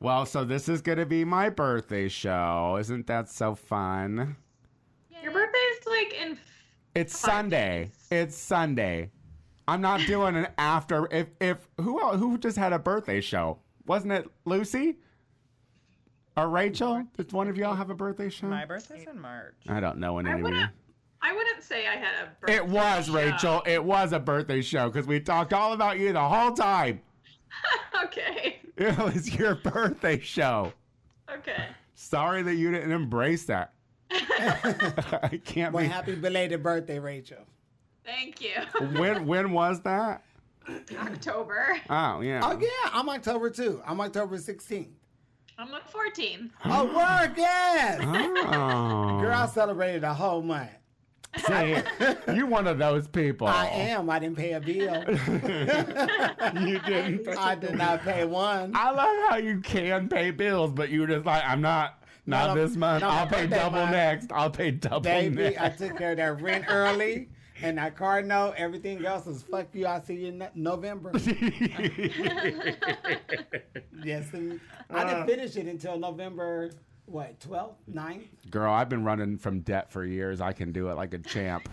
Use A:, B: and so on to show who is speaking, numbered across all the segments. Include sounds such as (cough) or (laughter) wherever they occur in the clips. A: Well, so this is going to be my birthday show. Isn't that so fun?
B: Your birthday's like in.
A: It's
B: Five
A: Sunday.
B: days.
A: It's Sunday. I'm not doing an after. If if who el- who just had a birthday show? Wasn't it Lucy or Rachel? Did one of y'all have a birthday show?
C: My birthday's in March.
A: I don't know in
B: I
A: any.
B: wouldn't. I wouldn't say I had a. Birthday
A: It was
B: show.
A: Rachel. It was a birthday show because we talked all about you the whole time.
B: (laughs)
A: (laughs)
B: Okay.
A: It was your birthday show.
B: Okay.
A: Sorry that you didn't embrace that. (laughs) I can't
D: Well,
A: be.
D: happy belated birthday, Rachel.
B: Thank you.
A: (laughs) When when was that?
B: October.
A: Oh yeah.
D: (laughs) Oh yeah, I'm October too. I'm October 16th.
B: I'm the 14.
D: (gasps) Oh work, yes.
A: Oh.
D: Girl, I celebrated a whole month.
A: See, you one of those people.
D: I am. I didn't pay a bill. (laughs)
A: (laughs) You didn't.
D: I did not pay one.
A: I love how you can pay bills, but you're just like, I'm not, not
D: Not a-
A: this month.
D: not
A: I'll
D: a
A: pay
D: birthday
A: double
D: month.
A: next. I'll pay double
D: Baby,
A: next.
D: I took care of that (laughs) rent early and that car note. Everything else is fuck you. I see you in no- (laughs) November. (laughs) yes, and I didn't finish it until November. What 12th, 9th?
A: Girl, I've been running from debt for years. I can do it like a champ.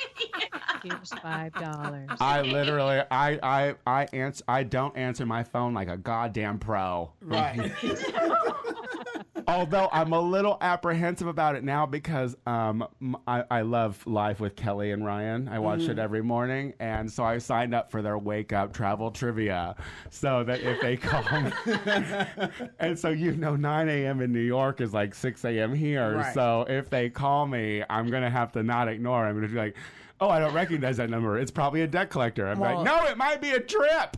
E: (laughs) Here's five dollars.
A: I literally, I, I, I ans I don't answer my phone like a goddamn pro.
D: Right.
A: Although I'm a little apprehensive about it now because um, m- I, I love Live with Kelly and Ryan. I watch it every morning. And so I signed up for their wake up travel trivia so that if they call me. (laughs) and so, you know, 9 a.m. in New York is like 6 a.m. here.
D: Right.
A: So if they call me, I'm going to have to not ignore. I'm going to be like, oh, I don't recognize that number. It's probably a debt collector. I'm
C: Well-
A: like, no, it might be a trip.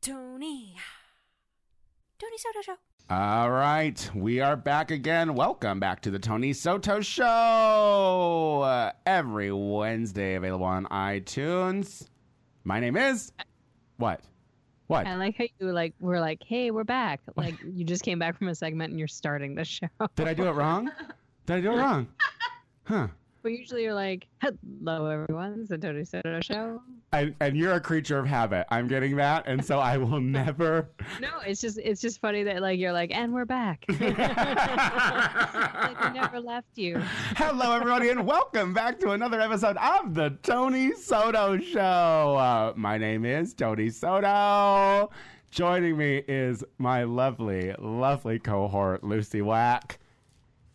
F: Tony. Tony Soto Show.
A: All right, we are back again. Welcome back to the Tony Soto Show. Uh, every Wednesday, available on iTunes. My name is what? What?
E: I like how you like were like, hey,
A: (laughs)
E: we're back. Like you just came back from a segment and you're starting the (laughs) show.
A: Did I do it wrong? Did I do it wrong? Huh?
E: But usually you're like, hello everyone, it's the Tony Soto show.
A: And, and you're a creature of habit. I'm getting that, and so I will never.
E: No, it's just it's just funny that like you're (laughs) like, and
A: (laughs)
E: we're back. like we never left you.
A: Hello, everybody, and welcome back to another episode of the Tony Soto Show. Uh, my name is Tony Soto. Joining me is my lovely, lovely cohort, Lucy Wack.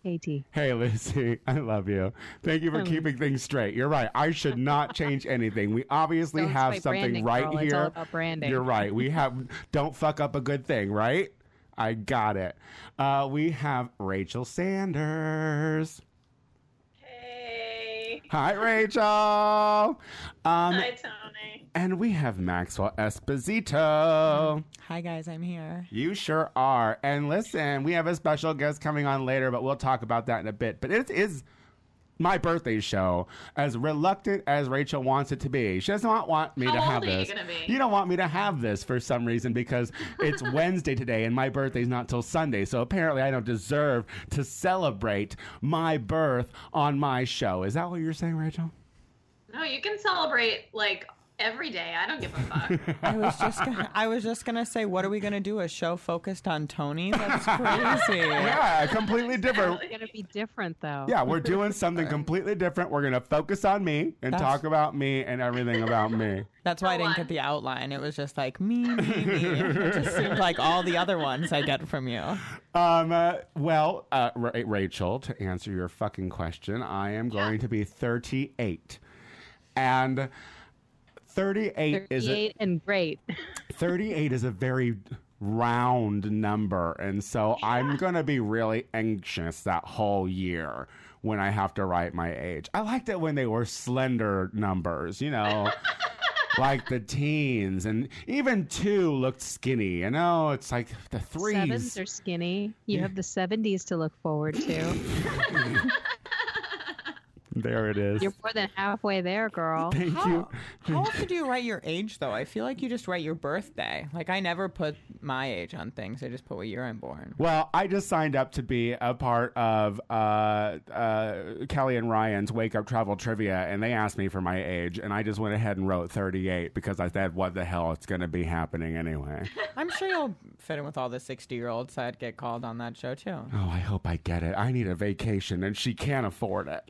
E: Katie.
A: Hey, Lucy, I love you. Thank you for keeping things straight. You're right. I should not change anything. We obviously
E: Don't
A: have
E: fight
A: something
E: branding,
A: right
E: girl.
A: here.
E: It's all about branding.
A: You're right. We have don't fuck up a good thing, right? I got it. Uh, we have Rachel Sanders.
B: Hey.
A: Hi, Rachel. Um,
B: Hi, Tony.
A: and we have Maxwell Esposito.
C: Hi guys, I'm here.
A: You sure are. And listen, we have a special guest coming on later, but we'll talk about that in a bit. But it is my birthday show, as reluctant as Rachel wants it to be. She doesn't want, want me
B: How
A: to
B: old
A: have
B: are you
A: this.
B: gonna be?
A: You don't want me to have this for some reason because
B: (laughs)
A: it's Wednesday today and my birthday's not till Sunday. So apparently I don't deserve to celebrate my birth on my show. Is that what you're saying, Rachel?
B: No, you can celebrate like every day. I don't give a
A: (laughs)
B: fuck.
C: I was just gonna, I was just gonna say, what are we gonna do? A show focused on Tony? (laughs) That's crazy.
A: Yeah, completely different.
B: (laughs) Um,
E: It's gonna be different though.
A: Yeah, we're doing something completely different. We're gonna focus on me and
C: That's-
A: talk about me and everything about me.
C: That's why I didn't get the outline. It was just like me, me, (laughs) me. It just seemed like all the other ones I get from you.
A: Um, uh, well, uh, Ra- Rachel, to answer your fucking question, I am going to be 38, and 38 is a,
E: Thirty-eight and great.
A: 38 is a very round number, and so I'm gonna be really anxious that whole year when I have to write my age. I liked it when they were slender numbers, you
E: (laughs)
A: know. Like the teens, and even two looked skinny. You know, it's like the threes.
E: Sevens are skinny. You have the seventies to look forward to.
A: There it is.
E: You're more than halfway there, girl.
A: Thank you.
C: How, (laughs) how often do you write your age though? I feel like you just write your birthday. Like I never put my age on things. I just put what year I'm born.
A: Well, I just signed up to be a part of uh, uh, Kelly and Ryan's Wake Up Travel Trivia, and they asked me for my age, and I just went ahead and wrote 38 because I said, what the hell, it's going to be happening
C: (laughs)
A: anyway.
C: I'm sure you'll fit in with all the 60 year olds that get called on that show too.
A: Oh, I hope I get it. I need a vacation, and she can't afford it.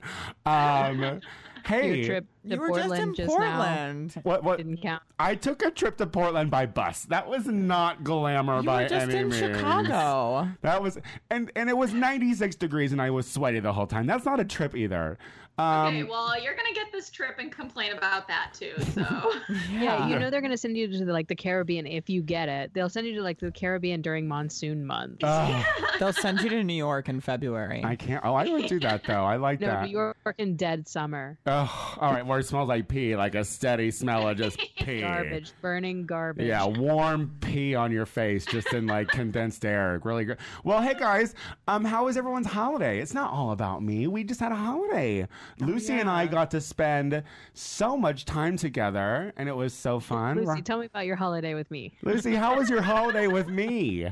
C: (laughs)
A: Um, hey,
E: Your trip to
C: you were just in
E: Portland just, now
C: Portland.
A: what? What?
E: didn't count.
A: I took a trip to Portland by bus. That was not glamour
C: You
A: by
C: were just
A: any
C: in
A: means.
C: (laughs) Chicago.
A: That was and and it was 96 degrees, and I was sweaty the whole time. That's not a trip either. Um,
B: okay, well, you're gonna get this trip and complain about that too. So (laughs)
E: Yeah, you know they're gonna send you to like the Caribbean if you get it. They'll send you to like the Caribbean during monsoon month.
A: ugh,
C: They'll send you to New York in February.
A: I can't. Oh, I would do that though. I like
E: (laughs) no,
A: that.
E: New York in dead summer.
A: Ugh, all right, where it smells like pee, like a steady smell of
E: (laughs)
A: just pee.
E: Garbage, burning garbage.
A: Yeah, warm pee on your face, just in like condensed air. Really good. Well, hey guys, um, how was everyone's holiday? It's not all about me. We just had a holiday.
E: Oh,
A: Lucy and I
C: yeah.
A: got to spend so much time together, and it was so fun.
E: Lucy,
A: Ro-
E: tell me about your holiday with me.
A: Lucy, how was your holiday with
E: (laughs)
A: me?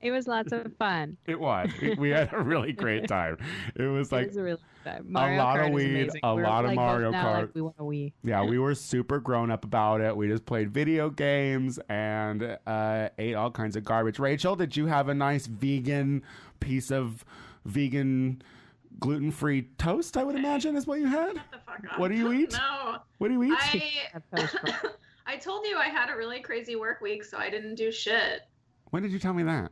E: It was lots of fun.
A: It was. We, we had a really great time. It was like
E: it was a really good time. Mario
A: lot of
E: Kart is
A: weed,
E: amazing.
A: a
E: We're,
A: lot of
E: like, both
A: Mario
E: now, like,
A: Kart.
E: we want a Wii.
A: Yeah, we were super grown up about it. We just played video games and uh, ate all kinds of garbage. Rachel, did you have a nice vegan piece of vegan gluten free toast? I would imagine is what you had.
B: shut the fuck up.
A: What do you eat?
B: No,
A: What do you eat?
B: I
E: That was fun.
B: (laughs) I told you I had a really crazy work week, so I didn't do shit.
A: when did you tell me that?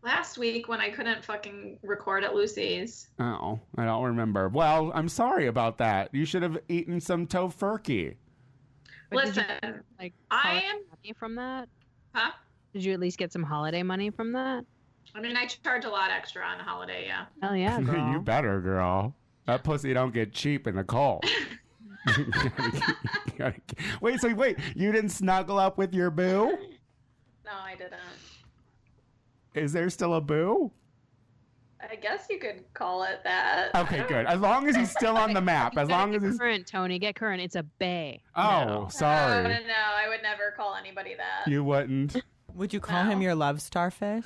B: Last week when I couldn't fucking record at Lucy's.
A: Oh, I don't remember. Well, I'm sorry about that. You should have eaten some tofurkey.
E: But did you
B: Listen,
E: get, like,
B: I
E: holiday
B: am-
E: money from that.
B: huh?
E: Did you at least get some holiday money from that?
B: I mean, I charge a lot extra on a holiday, yeah.
E: Hell yeah,
A: (laughs)
E: girl.
A: you better, girl. That pussy don't get cheap in the
E: (laughs)
A: cold. (laughs) You gotta- you gotta- wait, so wait, you didn't snuggle up with your boo?
B: No, I didn't.
A: Is there still a boo?
B: I guess you could call it that. (laughs)
A: Okay, good. As long as he's still on the map. As long as
E: get
C: (laughs)
A: he's.
E: current, Tony, get current. It's a bay.
A: Oh,
C: Uh,
B: No, no,
A: sorry.
B: no, I would never call anybody that.
A: You
C: (laughs)
A: wouldn't.
C: Would you call him
B: No.
C: your love starfish?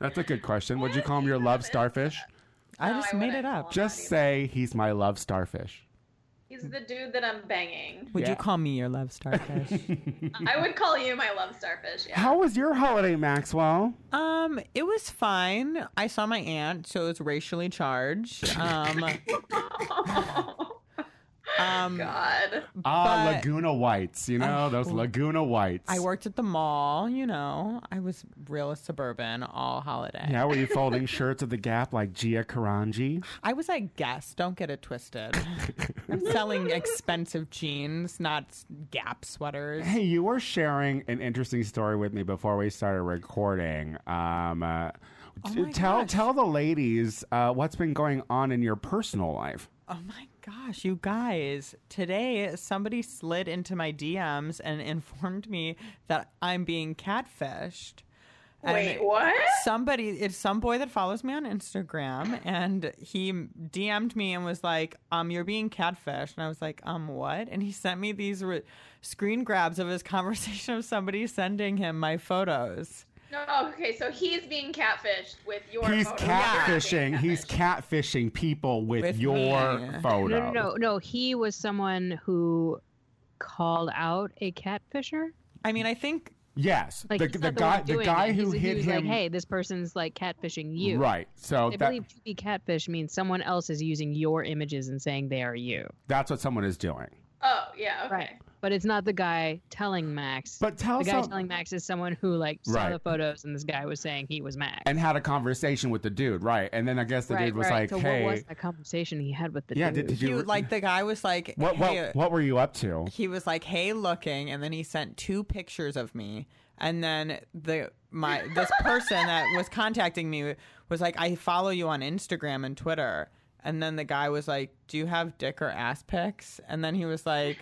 A: That's a good question. Would you call him your love starfish?
C: I
B: No,
C: just
B: I
C: made it
B: wouldn't
C: up.
B: call him.
A: Just say he's my love starfish.
B: He's the dude that I'm banging.
C: Would
A: Yeah.
C: you call me your love starfish?
A: (laughs)
B: I would call you my love starfish, yeah.
A: How was your holiday, Maxwell?
C: um, it was fine. I saw my aunt, so it was
A: (laughs)
C: racially charged.
A: Oh
C: Um,
B: (laughs)
C: um,
B: God.
A: Ah,
C: But- Oh.
A: Laguna Whites. You know, those Laguna Whites.
C: I worked at the mall. You know, I was real suburban all holiday.
A: Yeah, were you folding shirts at the Gap like Gia Karanji?
C: I was at Guess. Don't get it
A: (laughs)
C: twisted. I'm selling expensive jeans, not s- Gap sweaters.
A: Hey, you were sharing an interesting story with me before we started recording. Um, uh, t-
C: Oh my
A: tell
C: gosh.
A: tell the ladies uh, what's been going on in your personal life.
C: Oh my gosh, you guys. Today, somebody slid into my DMs and informed me that I'm being catfished. And
B: Wait, what?
C: Somebody, it's some boy that follows me on Instagram, and he DM'd me and was like, "Um, you're being catfished," and I was like, "Um, what?" And he sent me these re- screen grabs of his (laughs) conversation of somebody sending him my photos.
B: No, okay, so he's being catfished with your
A: He's
B: photo.
A: catfishing.
B: Yeah.
A: He's catfishing people with,
C: With
A: your
C: me.
A: photo.
E: No, no, no, no. He was someone who called out a catfisher.
C: I mean, I think
A: Yes,
E: Like
A: the,
E: he's
A: the
E: not the,
A: guy
E: one
A: the
E: doing
A: guy
E: it.
A: who
E: He's- he
A: hit
E: was
A: him.
E: like, "Hey, this person's like catfishing you."
A: Right. So
E: I
A: that
E: believe to be catfish means someone else is using your images and saying they are you.
A: that's what someone is doing.
B: Oh, yeah, okay.
E: But it's not the guy telling Max.
A: But tell
E: the guy
A: some-
E: telling Max is someone who like saw
A: Right.
E: the photos and this guy was saying he was Max.
A: and had a conversation with the dude, right? And then I guess the
E: Right,
A: dude was
E: right.
A: like,
E: so
A: "Hey,
E: what was that conversation he had with the
A: yeah, did,
E: dude?
A: did
C: he,
A: you
C: like the guy was like,
A: what
C: "Hey, uh,
A: what what were you up to?"
C: he was like, "Hey, looking," and then he sent two pictures of me, and then the my this person that was contacting me was like, "I follow you on Instagram and Twitter," and then the guy was like, "Do you have dick or ass pics?" And then he was like,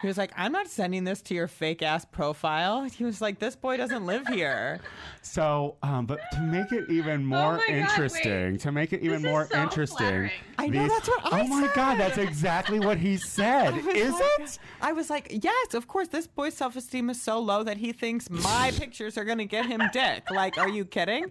C: He was like, I'm not sending this to your fake ass profile. He was like, this boy doesn't live here.
A: So, um, but to make it even more
B: Oh my God,
A: interesting, to make it even
B: This is
A: more
B: so
A: interesting,
B: flattering.
C: I know, that's what I
A: Oh my God, that's
C: said.
A: exactly what he (laughs) said.
C: (laughs) I was
A: is
C: like-
A: it?
C: I was like, yes, of course. This boy's self esteem is so low that he
A: (laughs)
C: thinks my pictures are going to get him dick. Like, are you kidding?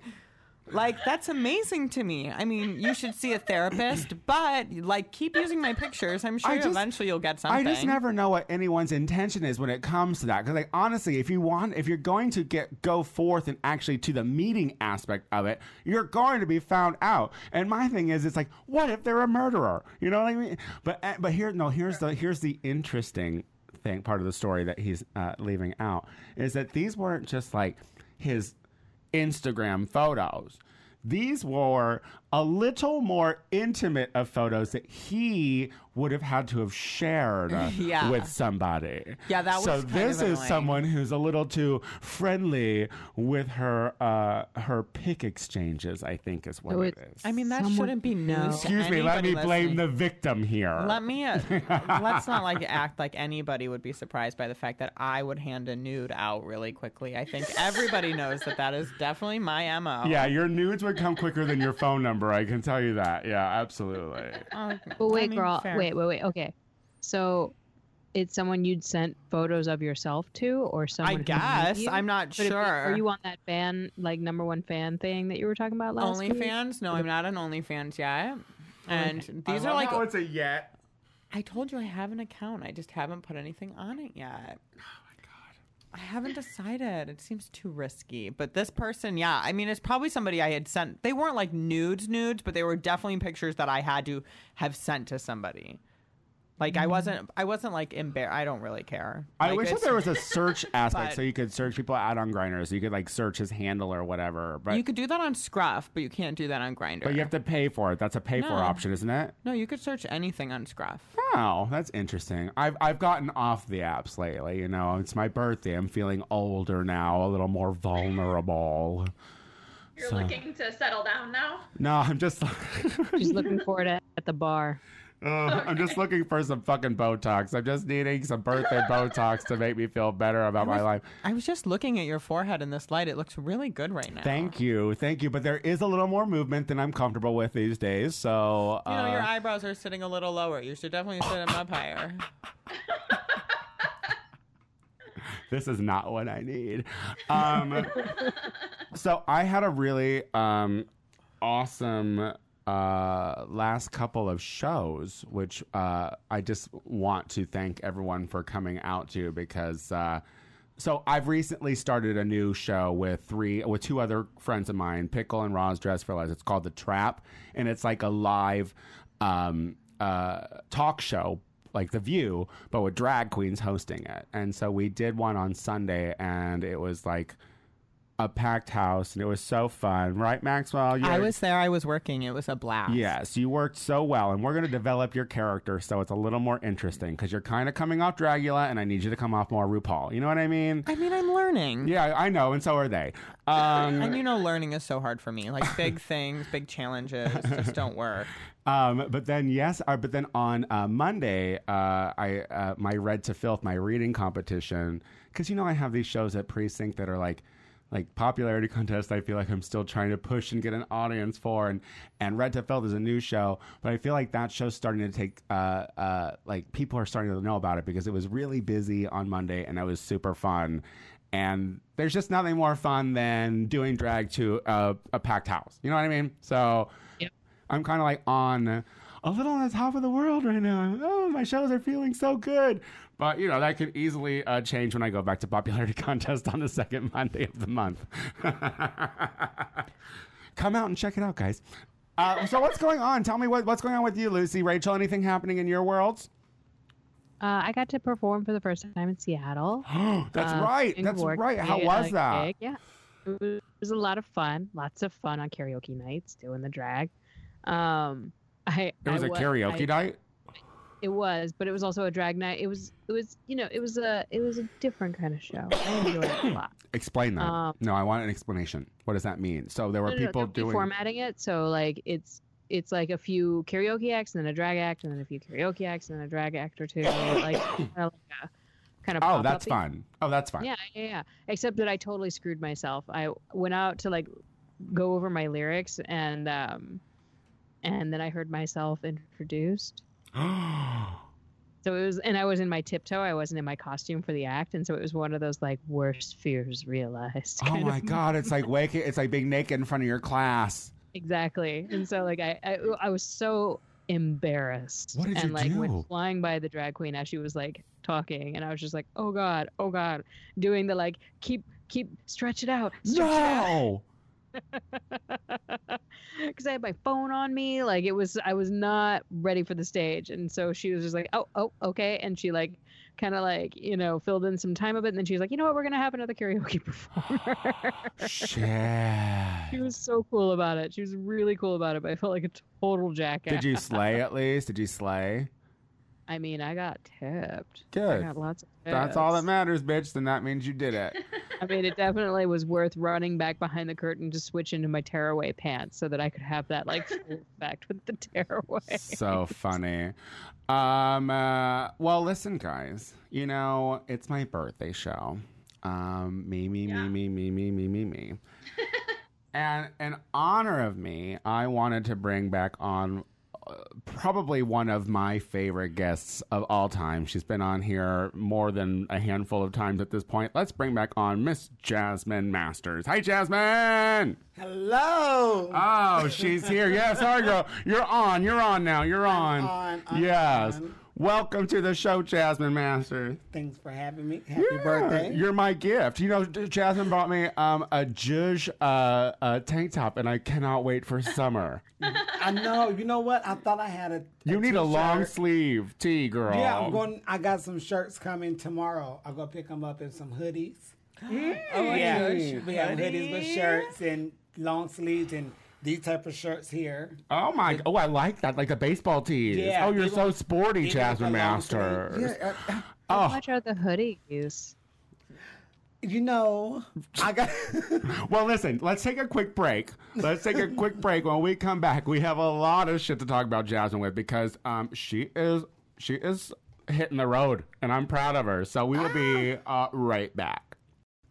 C: Like, that's amazing to me. I mean, you should see a therapist,
A: (clears throat)
C: but like, keep using my pictures. I'm sure
A: I just-
C: eventually you'll get
A: I
C: something.
A: just never know what anyone's intention is when it comes to that. Because, like, honestly, if you want, if you're going to get go forth and actually to the meeting aspect of it, you're going to be found out. And my thing is, it's like, what if they're a murderer? You know what I mean? But uh, but here, no, here's the here's the interesting thing part of the story that he's uh, leaving out is that these weren't just like his Instagram photos. These were a little more intimate of photos that he would have had to have shared uh,
C: Yeah.
A: with somebody.
C: Yeah, that
A: so
C: was kind
A: this
C: of
A: is
C: annoying.
A: someone who's a little too friendly with her uh, her pick exchanges. I think is what
E: So
A: it
E: it's-
A: is.
C: I mean, that
E: Someone-
C: shouldn't be news. to
A: excuse me. Let
C: anybody
A: me blame
C: listening.
A: the victim here.
C: Let me.
A: (laughs)
C: Uh, let's not like act like anybody would be surprised by the fact that I would hand a nude out really quickly. I think everybody knows that that is definitely my mo.
A: yeah, your nudes would come quicker than your phone number. I can tell you that. Yeah, absolutely.
C: Oh,
E: But
C: I
E: wait,
C: mean,
E: girl.
C: fair.
E: Wait, wait, wait. Okay. So it's someone you'd sent photos of yourself to or
C: I
E: someone who knew
C: guess
E: you?
C: I'm not
E: Would it be-
C: sure.
E: Are you on that fan, like number one fan thing that you were talking about last week?
C: OnlyFans? No, I'm not on OnlyFans yet. And these are
A: love
C: like
A: how it's a yet.
C: I told you I have an account. I just haven't put anything on it yet. I haven't decided. It seems too risky. But this person, yeah, I mean, it's probably somebody I had sent. They weren't like nudes, nudes, but they were definitely pictures that I had to have sent to somebody. Like I wasn't, I wasn't like embarrassed. I don't really care.
A: I
C: Like,
A: wish that
C: it's-
A: there
C: (laughs)
A: was a search aspect
C: But-
A: so you could search people out on Grindr, so you could like search his handle or whatever. But
C: you could do that on Scruff, but you can't do that on Grinder.
A: but you have to pay for it. That's a pay for
C: No.
A: option, isn't it?
C: no, you could search anything on Scruff.
A: Oh, that's interesting. I've I've gotten off the apps lately. You know, it's my birthday. I'm feeling older now, a little more vulnerable.
B: You're
A: So-
B: looking to settle down now.
A: No, I'm just
E: She's looking for it at, at the bar.
A: Uh, (laughs) I'm just looking for some fucking Botox. I'm just needing some birthday Botox to make me feel better about my
C: (laughs)
A: life.
C: I was just looking at your forehead in this light. It looks really good right now.
A: Thank you, thank you. But there is a little more movement than I'm comfortable with these days. So
C: You know, your
A: uh,
C: eyebrows are sitting a little lower. You should definitely sit them up higher.
A: this is not what I
C: (laughs)
A: need. Um, so I had a really um, awesome uh, last couple of shows, which uh, I just want to thank everyone for coming out to because. Uh, so I've recently started a new show with three with two other friends of mine, Pickle and Roz Dress for Less. It's called The Trap, and it's like a live um, uh, talk show like The View, but with drag queens hosting it. And so we did one on Sunday, and it was like a packed house, and it was so fun, right, Maxwell? You
C: I was there. I was working. It was a blast.
A: Yes, you worked so well, and we're going to develop your character so it's a little more interesting because you're kind of coming off Dragula, and I need you to come off more RuPaul. You know what I
C: (laughs)
A: mean?
C: I mean, I'm learning.
A: Yeah, I know, and so are they.
C: And
A: Um,
C: you know, learning is so hard for me. Like
A: (laughs)
C: big things, big challenges just don't work.
A: um, but then yes, uh, but then on uh, Monday, uh, I uh, my read to filth my reading competition because you know I have these shows at precinct that are like like popularity contest. I feel like I'm still trying to push and get an audience for, and and read to filth is a new show, but I feel like that show's starting to take uh, uh, like people are starting to know about it because it was really busy on Monday and it was super fun. And there's just nothing more fun than doing drag to a, a packed house. You know what I mean? So I'm kind of like on a little on the top of the world right now. I'm, oh, my shows are feeling so good. But, you know, that could easily uh, change when I go back to popularity (laughs) contest on the second Monday of the month. (laughs) Come out and check it out, guys. Uh, so what's going on? Tell me what, what's going on with you, Lucy, Rachel. Anything happening in your worlds?
E: Uh, I got to perform for the first time in Seattle.
A: (gasps) That's
E: Uh,
A: right.
E: doing
A: That's
E: work
A: right. How
E: gig-
A: was
E: uh,
A: that?
E: gig. Yeah, it was, it was a lot of fun. Lots of fun on karaoke nights doing the drag. Um, I
A: It was
E: a
A: a karaoke night.
E: It was, but it was also a drag night. It was, it was, you know, it was a, it was a different kind of show. I enjoyed it a lot.
A: Explain that.
E: Um,
A: no, I want an explanation. What does that mean? So there (coughs) were
E: No, no, no,
A: people
E: they're
A: doing.
E: reformatting it, so like it's it's like a (coughs) few karaoke acts and then a drag act and then a few karaoke acts and then a drag act or two, like, kinda like a, kind of.
A: Oh,
E: pop
A: that's
E: up.
A: fun. Oh, that's fun. (gasps)
E: Yeah, (gasps) yeah, yeah. Except that I totally screwed myself. I went out to like go over my lyrics and um and then I heard myself introduced. So it was and I was in my tiptoe. I wasn't in my costume for the act and so it was one of those like worst fears realized.
A: oh
E: kind
A: my
E: of-
A: god, it's like waking. It's like being naked in front of your class.
E: (laughs) Exactly. And so like I I, I was so embarrassed
A: What did
E: and
A: you
E: like
A: do?
E: went flying by the drag queen as she was like talking and I was just like, "Oh god, oh god." Doing the like keep keep stretch it out. Stretch it out.
A: No.
E: (laughs) because I had my phone on me. Like it was, I was not ready for the stage, and so she was just like, "Oh, oh, okay," and she like kind of like you know filled in some time of it, and then she was like, "You know what? We're gonna have another karaoke (laughs) performer." (laughs)
A: Shit.
E: she was so cool about it. She was really cool about it, but I felt like a total jackass.
A: Did you slay at least? Did you slay?
E: I mean, I got tipped. I
A: Good.
E: got lots. Of
A: That's all that
E: tips.
A: matters, bitch. Then that means you did it.
E: I mean, it definitely was worth running back behind the curtain to switch into my tearaway pants so that I could have that like full
A: (laughs)
E: effect with the tearaway.
A: so funny. Um, uh, well, listen, guys. You know, it's my birthday show. Um, me, me,
B: Yeah.
A: me, me, me, me, me, me, me. and in honor of me, I wanted to bring back on uh, probably one of my favorite guests of all time. She's been on here more than a handful of times at this point. Let's bring back on Miss Jasmine Masters. Hi, Jasmine.
D: (laughs) Hello.
A: Oh, she's here. Yeah, sorry, girl. You're on. You're on now. You're on.
D: on, I'm
A: yes.
D: on.
A: Welcome to the show, Jasmine Masters.
D: Thanks for having me. Happy birthday.
A: You're my gift. You know, J- Jasmine bought me um, a Juge uh, uh, tank top, and I cannot wait for
D: (laughs)
A: summer.
D: I know. You know what? I thought I had a.
A: You need a long
D: t-shirt.
A: sleeve tee, girl.
D: Yeah, I'm going. I got some shirts coming tomorrow. I'll go pick them up and some hoodies.
C: Oh my
D: yeah,
C: gosh,
D: we have Mm. hoodies with
C: hoodie.
D: shirts and long sleeves and these type of shirts here.
A: Oh my! Oh, I like that, like the baseball tees.
D: Yeah,
A: oh, you're
D: they
A: so
D: want-
A: sporty,
D: They got the
A: Jasmine
D: long sleeve.
A: Masters.
D: Yeah, uh, uh,
E: How
A: Oh,
E: much are the hoodies?
D: you know, I got. (laughs)
A: Well, listen, let's take a quick break. Let's take a quick break. When we come back, we have a lot of shit to talk about Jasmine with because um, she is she is hitting the road, and I'm proud of her. So we will be
D: Ah.
A: uh, right back.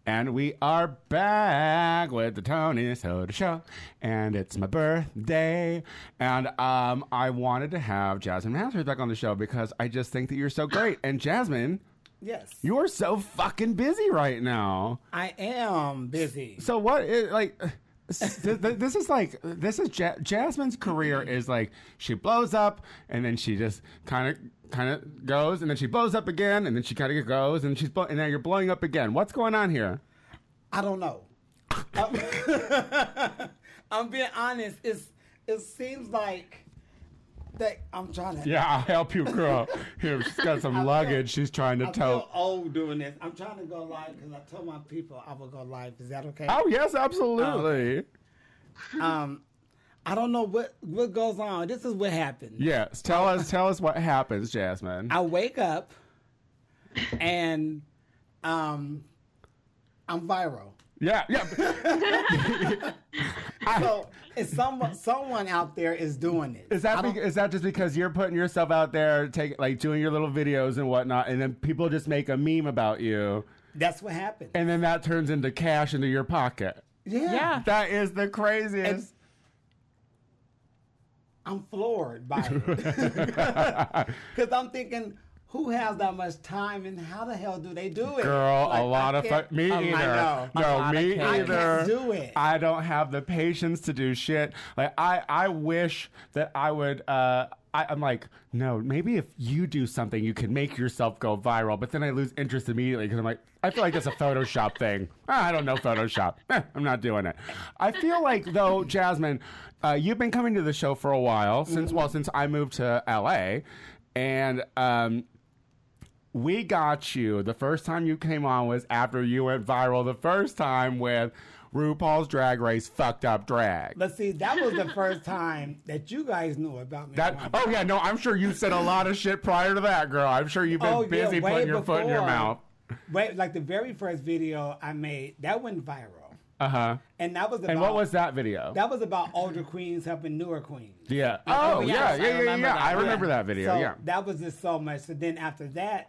A: And we are back with the Tony Soda Show, and it's my birthday, and um, I wanted to have Jasmine Masters back on the show because I just think that you're so great, and Jasmine,
D: yes,
A: you're so fucking busy right now.
D: I am busy.
A: So what? It, like, s- th- th- this is like this is ja- Jasmine's career is like she blows up and then she just kind of kind of goes and then she blows up again and then she kind of goes and she's blow- and now you're blowing up again. What's going on here?
D: I don't know. (laughs) I'm being honest. It's it seems like that I'm trying to.
A: Yeah, I'll help you, girl. Here, she's got some luggage. She's trying to
D: I
A: tote.
D: feel old doing this. I'm trying to go live because I told my people I would go live. Is that okay?
A: Oh yes, absolutely.
D: Um, I don't know what what goes on. This is what happened.
A: Yes, tell us tell us what happens, Jasmine.
D: I wake up and um, I'm viral.
A: Yeah, yeah.
D: So it's someone someone out there is doing it.
A: Is that be- is that just because you're putting yourself out there, take like doing your little videos and whatnot, and then people just make a meme about you,
D: That's what happened.
A: and then that turns into cash into your pocket?
D: yeah.
C: Yeah.
A: That is the craziest.
D: I'm floored by
A: (laughs)
D: it (laughs) because I'm thinking, who has that much time and how the hell do they do it?
A: Girl,
D: Like,
A: a lot
D: I
A: of
D: can't-
A: fu- me
D: I
A: either.
D: know.
C: A
A: No,
C: lot
A: me
C: of kids. I
A: either.
C: can't
D: do it.
A: I don't have the patience to do shit. Like I, I wish that I would. Uh, I, I'm like, no, maybe if you do something, you can make yourself go viral. But then I lose interest immediately because I'm like, I feel like that's a Photoshop thing. Ah, I don't know Photoshop. (laughs) Eh, I'm not doing it. I feel like though, Jasmine, uh, you've been coming to the show for a while since well since I moved to LA, and um, we got you. The first time you came on was after you went viral the first time with RuPaul's Drag Race fucked up drag.
D: But see, that was the first time that you guys knew about me.
A: That oh yeah no I'm sure you said a lot of shit prior to that girl. I'm sure you've been
D: Oh, yeah,
A: busy
D: way
A: putting your foot in your
D: before.
A: mouth.
D: Wait, like the very first video I made, that went viral,
A: Uh huh.
D: and that was about,
A: And what was that video?
D: that was about older queens helping newer queens.
A: yeah.
C: Oh,
A: Oh, yeah,
C: yes, I
A: yeah, yeah, yeah.
C: remember
A: yeah.
C: that
A: I
C: one.
A: remember that video.
D: so
A: yeah.
D: that was just so much. So then after that,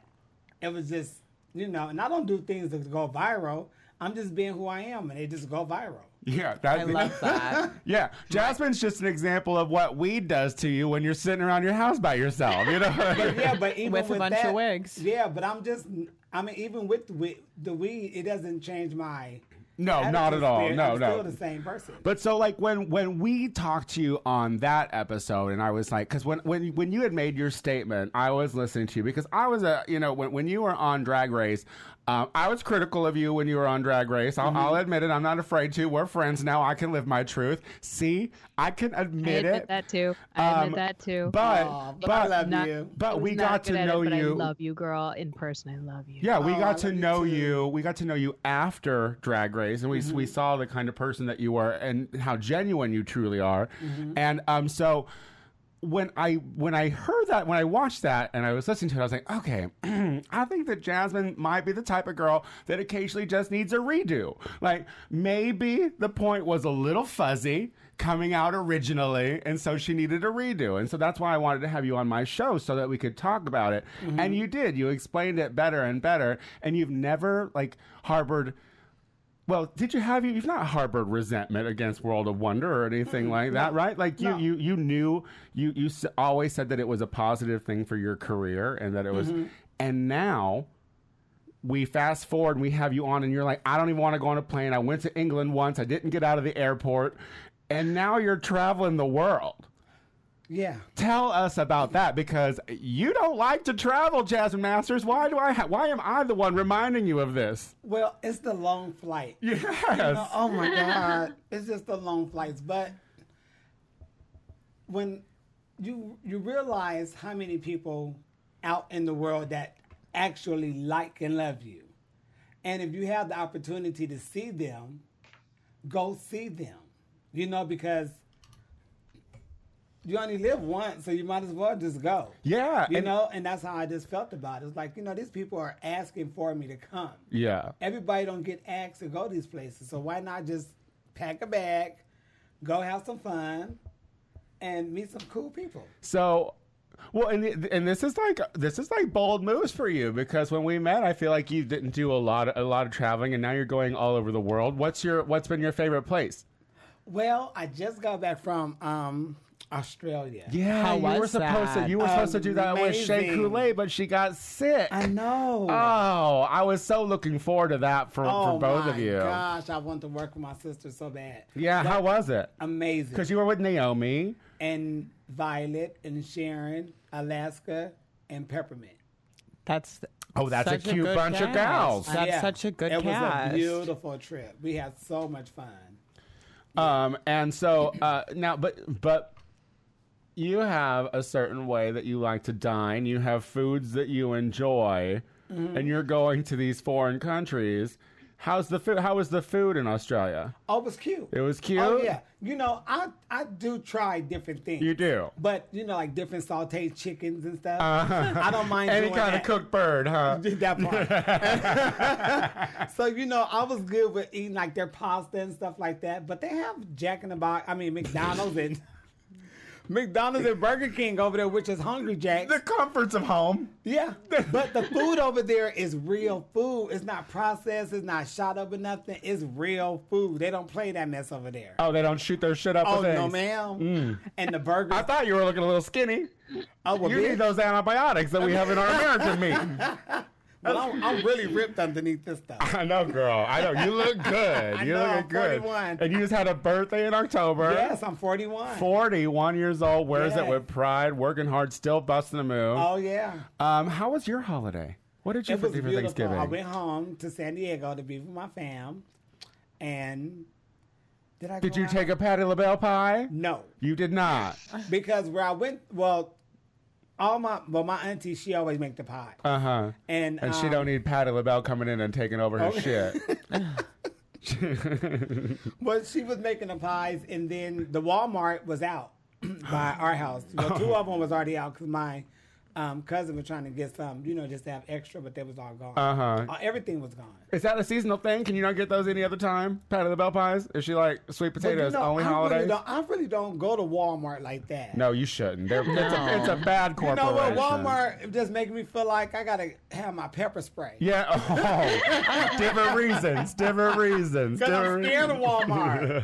D: it was just you know, and I don't do things that go viral. I'm just being who I am, and they just go viral.
A: Yeah, that, (laughs)
C: I love that.
A: Yeah, Jasmine's just an example of what weed does to you when you're sitting around your house by yourself. You know,
D: Yeah, (laughs) but even
C: With a bunch of
D: that-
C: wigs.
D: Yeah, but I'm just, I mean, even with, with the weed, it doesn't change my.
A: no, not at
D: attitude.
A: all.
D: I'm
A: No,
D: Still
A: no.
D: the same person.
A: But so like when when we talked to you on that episode, and I was like, because when when when you had made your statement, I was listening to you because I was a you know when when you were on Drag Race. Um, I was critical of you when you were on Drag Race. I'll, I'll
E: Mm-hmm.
A: admit it. I'm not afraid to. We're friends now. I can live my truth. See, I can
E: I
A: admit,
E: admit
A: it.
E: that oh, too. I
A: Um,
E: admit that too.
A: But
D: Aw, but I
A: but
D: love
E: Not-
D: you.
A: but
E: I'm
A: we
E: not
A: got
E: good
A: to
E: at it,
A: know
E: but
A: you.
E: I love you, girl. In person, I love you.
A: Yeah, we
D: Oh, I
A: got to
D: love you
A: know
D: too.
A: you. We got to know you after Drag Race, and we we
D: Mm-hmm.
A: saw the kind of person that you were and how genuine you truly are.
D: Mm-hmm.
A: And um, so when I when I heard that, when I watched that, and I was listening to it, I was like, okay, (clears throat) I think that Jasmine might be the type of girl that occasionally just needs a redo. Like maybe the point was a little fuzzy coming out originally, and so she needed a redo, and so that's why I wanted to have you on my show so that we could talk about it. And you did. You explained it better and better, and you've never like harbored. Well, did you have you? You've not harbored resentment against World of Wonder or anything like that, right? Like you, you, you knew you, you s- always said that it was a positive thing for your career and that it was.
D: Mm-hmm.
A: And now we fast forward and we have you on, and you're like, I don't even want to go on a plane. I went to England once. I didn't get out of the airport, and now you're traveling the world.
D: yeah.
A: Tell us about that because you don't like to travel, Jasmine Masters. Why do I? Ha- why am I the one reminding you of
D: (laughs)
A: this?
D: Well, it's the long flight.
A: Yes.
D: No, oh my god, it's just the long flights. But when you you realize how many people out in the world that actually like and love you, and if you have the opportunity to see them, go see them. You know because you only live once, so you might as well just go.
A: Yeah,
D: you
A: and-
D: know, and that's how I just felt about it. It's like you know these people are asking for me to come
A: Yeah.
D: everybody don't get asked to go to these places. So why not just pack a bag, go have some fun, and meet some cool people?
A: So, well, and and this is like this is like bold moves for you because when we met, I feel like you didn't do a lot of, a lot of traveling, and now you're going all over the world. What's your what's been your favorite place?
D: Well, I just got back from um, Australia.
A: Yeah,
C: How
A: you
C: was
A: were supposed to
C: that?
A: you were supposed to do that with Shea
D: Amazing.
A: Coulee, but she got sick.
D: I know.
A: Oh, I was so looking forward to that for, for
D: oh
A: both
D: my
A: of you.
D: gosh, I want to work with my sister so bad.
A: Yeah, how was it?
D: Amazing.
A: Because you were with Naomi.
D: and Violet and Sharon, Alaska, and Peppermint.
C: That's
A: Oh, that's a
C: such
A: cute
C: good
A: bunch of
C: cast.
A: gals.
C: That's
D: Yeah,
C: such a good
D: It
C: cast.
D: was a beautiful trip. We had so much fun.
A: Um, and so uh, now, but but you have a certain way that you like to dine. You have foods that you enjoy,
D: Mm-hmm.
A: and you're going to these foreign countries. How's the food? How was the food in Australia?
D: Oh, it was cute.
A: It was cute.
D: Oh yeah, you know I I do try different things.
A: You do.
D: but you know like different sautéed chickens and stuff. I don't mind
A: Uh-huh. (laughs) Any
D: doing
A: kind
D: that.
A: of cooked bird, huh?
D: (laughs) Did that part.
A: (laughs)
D: so you know I was good with eating like their pasta and stuff like that. But they have Jack in the Box. I mean McDonald's and (laughs) McDonald's and Burger King over there, which is Hungry Jack.
A: The comforts of home.
D: Yeah, (laughs) but the food over there is real food. It's not processed. It's not shot up or nothing. It's real food. They don't play that mess over there.
A: Oh, they don't shoot their shit up.
D: Oh
A: with
D: no,
A: eggs.
D: ma'am! And the burgers.
A: I thought you were looking a little skinny.
D: oh, well,
A: You
D: bitch.
A: need those antibiotics that we have in
D: (laughs)
A: our American meat.
D: Well, I'm, I'm really ripped underneath this
A: (laughs)
D: stuff.
A: I know, girl. I know. You look good.
D: I
A: You're
D: know,
A: looking
D: I'm
A: good.
D: 41.
A: And you just had a birthday in October.
D: Yes, I'm 41.
A: 41 years old, wears it
D: Yeah.
A: with pride, working hard, still busting a move.
D: Oh yeah,
A: Um, how was your holiday? What did you
D: it
A: for-
D: was
A: do for
D: beautiful.
A: Thanksgiving?
D: I went home to San Diego to be with my fam, and did I?
A: did
D: go
A: you
D: out?
A: take a Patty LaBelle pie?
D: No,
A: You did not.
D: because where I went, well, all my well, my auntie she always make the pie,
A: Uh huh.
D: and
A: And she
D: um,
A: don't need Patty LaBelle coming in and taking over her
D: Oh.
A: shit.
D: But she was making the pies, and (clears throat)
A: Oh.
D: then the Walmart was out by our house. Well, two of them was already out because my um, cousin was trying to get some, you know, just to have extra, but they was all gone.
A: Uh huh.
D: (laughs) Uh, everything was gone.
A: Is that a seasonal thing? Can you not get those any other time? Pat of the bell pies? Is she like sweet
D: But, you
A: potatoes
D: know,
A: only
D: I
A: holidays?
D: Really don't, I really don't go to Walmart like that.
A: no, you shouldn't. They're, it's, a, it's a bad
D: You
A: corporation.
D: know what? Walmart it just make me feel like I gotta have my pepper spray.
A: Yeah. (laughs) Oh, different reasons. Different reasons.
D: Because I'm
A: different
D: scared of Walmart.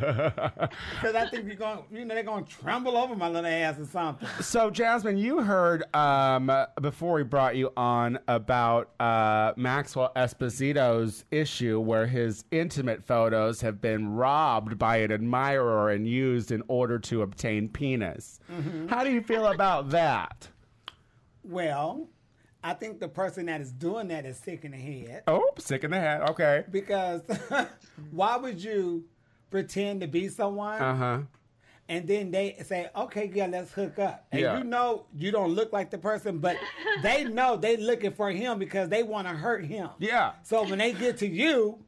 A: (laughs) Walmart.
D: Because I think you're going, you know, they're going to tremble over my little ass or something.
A: So, Jasmine, you heard um, before we brought you on about uh, Maxwell Esposito's issue where his intimate photos have been robbed by an admirer and used in order to obtain penis.
D: Mm-hmm.
A: How do you feel about that?
D: Well, I think the person that is doing that is sick in the head.
A: Oh, sick in the head. Okay.
D: Because (laughs) why would you pretend to be someone
A: Uh huh.
D: and then they say, okay, yeah, let's hook up. And
A: Yeah.
D: you know you don't look like the person, but
C: (laughs)
D: they know they looking for him because they want to hurt him.
A: Yeah.
D: So when they get to you,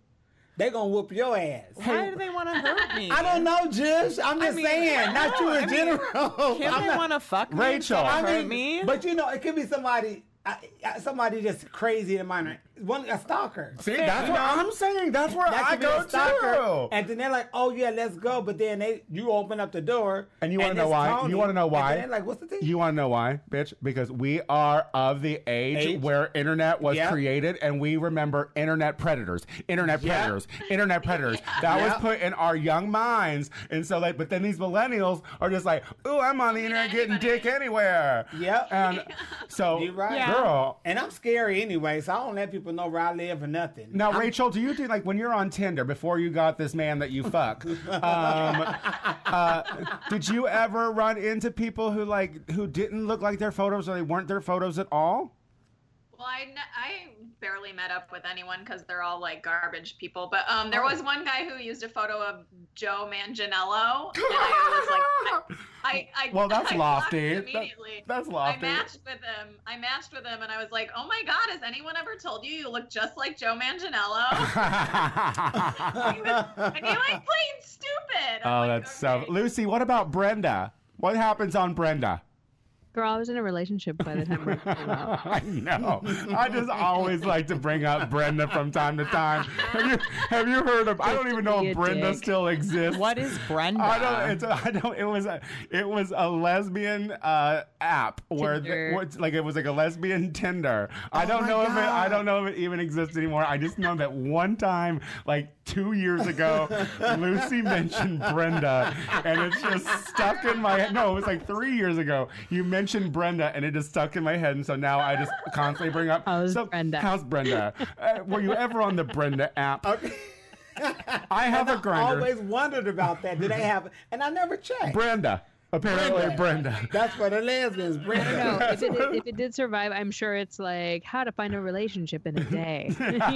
D: they going to whoop your ass.
C: Why do they want to hurt
A: (laughs)
C: me?
D: I don't know, Jish. I'm just
C: mean,
D: saying, not you
C: no,
D: in
C: I mean,
D: general.
C: Can't
D: I'm
C: they
D: not-
C: want to fuck me?
A: Rachel.
C: instead of
A: I
C: hurt
D: mean,
C: me?
D: But you know, it could be somebody, I, I- somebody just crazy in minor. One a stalker.
A: See, that's what I'm saying. That's where
D: That
A: I
D: could be
A: go
D: a stalker,
A: to.
D: and then they're like, "Oh yeah, let's go," but then they you open up the door,
A: And you want to know
D: it's
A: why?
D: Tony,
A: you want to know
D: and
A: why?
D: then they're like, what's the thing?
A: You want to know why, bitch? Because we are of the age,
D: Age?
A: where internet was
D: Yeah.
A: created, and we remember internet predators, internet
D: Yeah.
A: predators, internet predators. That
D: (laughs) Yeah.
A: was put in our young minds, and so like, but then these millennials are just like, "Ooh, I'm on the internet getting dick anywhere."
D: Yep. (laughs)
A: And so,
D: You're right.
C: Yeah.
A: girl.
D: and I'm scary anyway, so I don't let people know where I live or nothing. (laughs)
A: Now, Rachel, do you do like when you're on Tinder before you got this man that you fuck? Um, uh, did you ever run into people who like who didn't look like their photos or they weren't their photos at all?
B: Well, I, n- I barely met up with anyone because they're all like garbage people. But um, there was one guy who used a photo of Joe Manganiello, and I was like, I, I, I
A: Well, that's
B: (laughs) I blocked
A: lofty.
B: him
A: That-
B: Immediately.
A: that's
B: I
A: lofty.
B: matched with him. I matched with him, and I was like, "Oh my God! Has anyone ever told you you look just like Joe Manganiello?" and he was, and he was plain stupid. I'm
A: oh,
B: like,
A: that's so.
B: "Okay."
A: (laughs) Lucy, what about Brenda? What happens on Brenda?
E: Girl, I was in a relationship by the (laughs) time we came
A: (laughs)
E: out.
A: I know. I just always like to bring up Brenda from time to time. Have you have you heard of? I don't even know
E: Be
A: if
E: a
A: Brenda
E: dick.
A: still exists.
C: what is Brenda?
A: I don't. It's. I don't. It was a. It was a lesbian uh, app where, the,
E: Tinder.
A: what's- like it was like a lesbian Tinder. I
D: Oh
A: don't
D: my
A: know if it. I
D: God.
A: don't know if it even exists anymore. I just know that one time, like two years ago, Lucy mentioned Brenda, and it's just stuck in my head. No, it was like three years ago. You mentioned Brenda, and it just stuck in my head, and so now I just constantly bring up.
E: How's
A: so,
E: Brenda?
A: How's Brenda? Uh, were you ever on the Brenda app?
D: Okay.
A: I have a
D: I
A: grinder.
D: always wondered about that. Do
A: (laughs)
D: they have? And I never checked.
A: Brenda. Apparently, Brenda.
D: That's for the lesbians, Brenda.
E: No, if it, if it did survive, I'm sure it's like how to find a relationship in a day. (laughs) you know,
C: (laughs)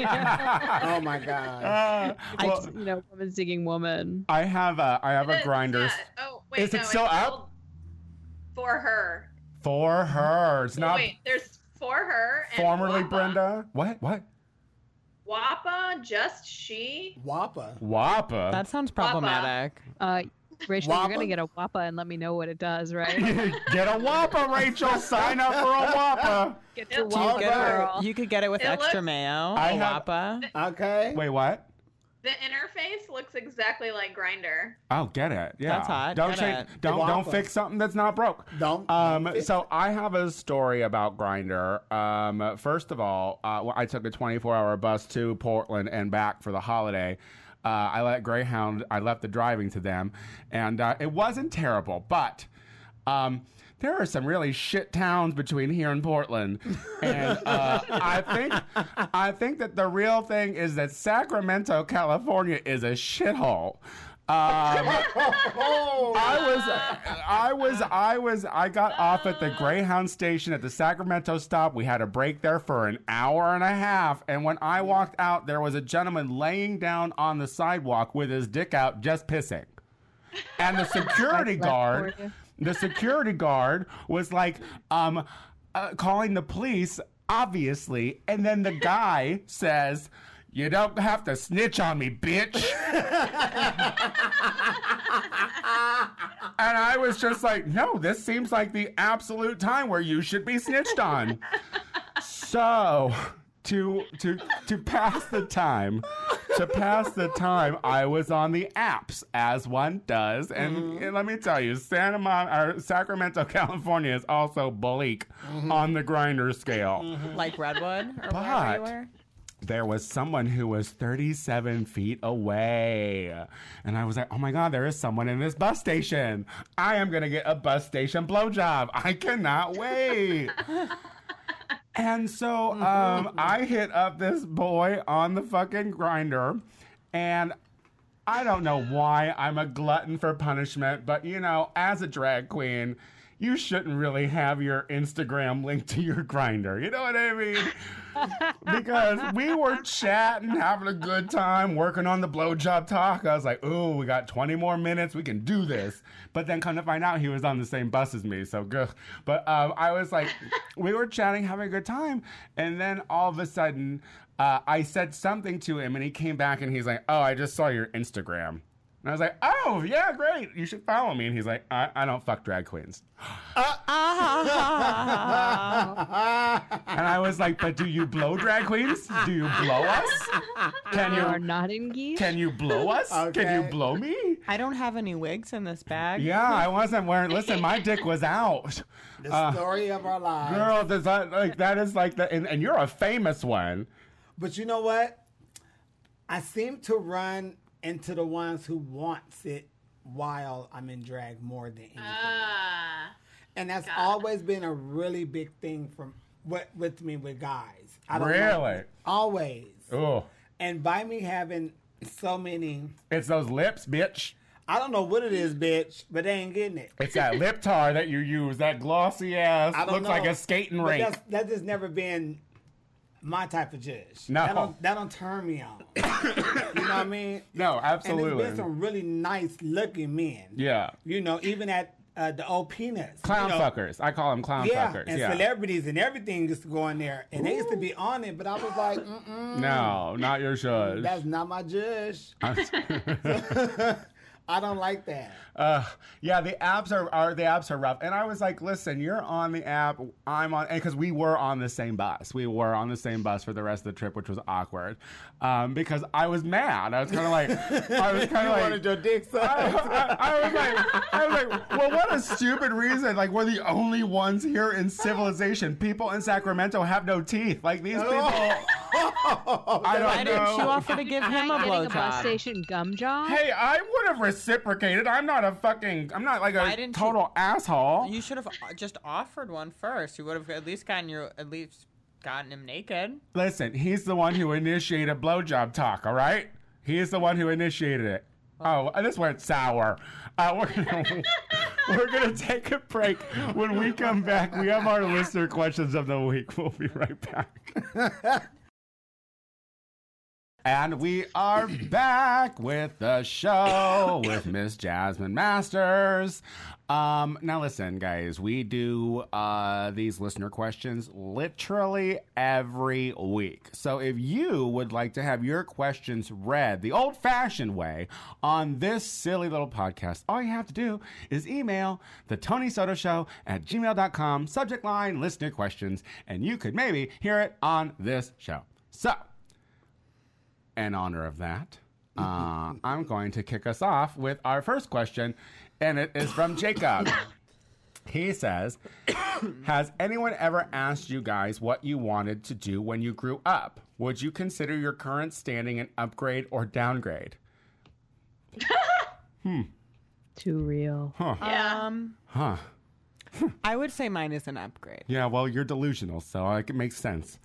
D: oh my god.
A: Uh, (laughs)
E: I
A: well,
E: just, you know, woman seeking woman.
A: I have a I have a
B: But,
A: grinders
B: yeah. Oh wait,
A: Is it
B: no, it's
A: still up?
B: called For her.
A: for her. It's not
B: Wait, there's for her. And
A: formerly
B: Wappa.
A: Brenda. What? What?
B: Wappa, just she.
D: Wappa.
A: Wappa. (laughs)
C: That sounds problematic.
E: Uh, Rachel, you're
D: Wappa?
E: gonna get a WAPA and let me know what it does, right?
A: Get a Wappa, Rachel. Sign up for a
C: (laughs)
A: Wappa.
E: Get
B: Do
E: the
B: you
C: You,
E: WAPA,
C: could get it-
E: girl.
C: you could get it with
B: It
C: extra
B: looks-
C: mayo,
A: I
C: a
A: have-
C: wappa.
A: (gasps)
D: Okay.
A: Wait, what?
B: The interface looks exactly like Grinder.
A: Oh, get it. Yeah.
C: That's hot.
A: Don't
C: Get
A: change.
C: it.
A: Don't don't
D: Wappa.
A: fix something that's not broke.
D: Don't-
A: Um.
D: don't fix (laughs)
A: So I have a story about Grinder. Um. First of all, uh, well, I took a 24-hour bus to Portland and back for the holiday. Uh, I let Greyhound. I left the driving to them, and uh, it wasn't terrible, but. Um, there are some really shit towns between here and Portland, and uh, I think I think that the real thing is that Sacramento, California, is a shithole. Um, I was, I was, I was, I got off at the Greyhound station at the Sacramento stop. We had a break there for an hour and a half. And when I walked out, there was a gentleman laying down on the sidewalk with his dick out, just pissing. And
E: (laughs)
A: the security
E: That's
A: guard,
E: for you.
A: the security guard was like, um, uh, calling the police, obviously. And then the guy says, You don't have to snitch on me, bitch. and I was just like, no, this seems like the absolute time where you should be snitched on. so to to to pass the time to pass the time i was on the apps as one does and, and let me tell you santa Mon- or sacramento (laughs) california is also bleak on the grinder scale
C: like Redwood or
A: But-
C: wherever
A: (laughs)
C: you were.
A: there was someone who was 37 feet away. And I was like, oh my God, there is someone in this bus station. I am going to get a bus station blowjob. I cannot wait. and so um, I hit up this boy on the fucking grinder. And I don't know why I'm a glutton for punishment, but you know, as a drag queen, you shouldn't really have your Instagram linked to your grinder. You know what I mean? because we were chatting, having a good time, working on the blowjob talk. I was like, ooh, we got 20 more minutes. We can do this. But then come to find out, he was on the same bus as me. So good. But um, I was like, we were chatting, having a good time. And then all of a sudden, uh, I said something to him, and he came back and he's like, oh, I just saw your Instagram. And I was like, oh, yeah, great. You should follow me. And he's like, I, I don't fuck drag queens. And I was like, but do you blow drag queens? Do you blow us? (laughs) Can
E: You are
A: you
E: not engaged.
A: can you blow us? Can
D: Okay.
A: you blow me?
C: I don't have any wigs in this bag.
A: Yeah, I wasn't wearing. Listen, my dick was out,
D: The
A: uh,
D: story of our
A: (laughs)
D: lives.
A: girl. Does that like that is like the and, and you're a famous one.
D: But you know what? I seem to run into the ones who wants it while I'm in drag more than anything.
B: Uh,
D: and that's always been a really big thing from what with me with guys. I don't know.
A: Really?
D: Always.
A: Oh,
D: And by me having so many,
A: it's those lips, bitch.
D: I don't know what it is, bitch, but they ain't getting it.
A: It's
D: (laughs)
A: that lip tar that you use. That glossy ass
D: I don't
A: looks
D: know.
A: like a skating
D: But
A: rink.
D: that's, that just never been my type of judge.
A: No.
D: that don't, that don't turn
A: (coughs)
D: me on. you know what I mean?
A: No,
D: And there's
A: absolutely.
D: been some really nice looking men.
A: yeah,
D: You know, even at uh, the old peanuts.
A: clown
D: you know,
A: fuckers. I call them clown
D: Yeah,
A: fuckers.
D: and
A: yeah.
D: celebrities and everything used to go in there, and they used to be on it. But I was like, Mm-mm,
A: no, not your shows.
D: that's not my judge. I don't like that.
A: Uh, yeah, the apps are, are the apps are rough. And I was like, listen, you're on the app, I'm on, and because we were on the same bus, we were on the same bus for the rest of the trip, which was awkward, um, because I was mad. I was kind of like, I was kind
D: (laughs) you
A: of like.
D: wanted your dick
A: I,
D: sucked.
A: (laughs) I- I was like, I was like, well, what a stupid reason! Like, we're the only ones here in civilization. People in Sacramento have no teeth. Like these
D: Oh.
A: people,
D: (laughs)
A: I don't
C: Why
A: know.
C: didn't you offer to give him a
E: Not getting a bus
C: blowjob?
E: station gum job.
A: Hey, I would have reciprocated. I'm not a fucking. I'm not like
C: Why
A: a
C: didn't you-
A: total asshole.
C: You should have uh, just offered one first. You would have at least gotten your at least gotten him naked.
A: Listen, he's the one who initiated blowjob talk, all right? He's the one who initiated it. Oh, this went sour. Uh, we're gonna, (laughs) we're gonna take a break. When we come back, we have our listener questions of the week. We'll be right back. and we are back with the show with Miss Jasmine Masters. Um, now listen, guys, we do uh, these listener questions literally every week. So if you would like to have your questions read the old-fashioned way on this silly little podcast, all you have to do is email the Tony Soto Show at gmail.com, subject line listener questions, and you could maybe hear it on this show. So in honor of (laughs) that, uh, I'm going to kick us off with our first question, and it is from (coughs) Jacob. He says, (coughs) Has anyone ever asked you guys what you wanted to do when you grew up? Would you consider your current standing an upgrade or downgrade?
E: Too real.
B: yeah.
C: Um,
A: Huh.
C: I would say mine is an upgrade.
A: Yeah, well, you're delusional, so uh, it makes sense.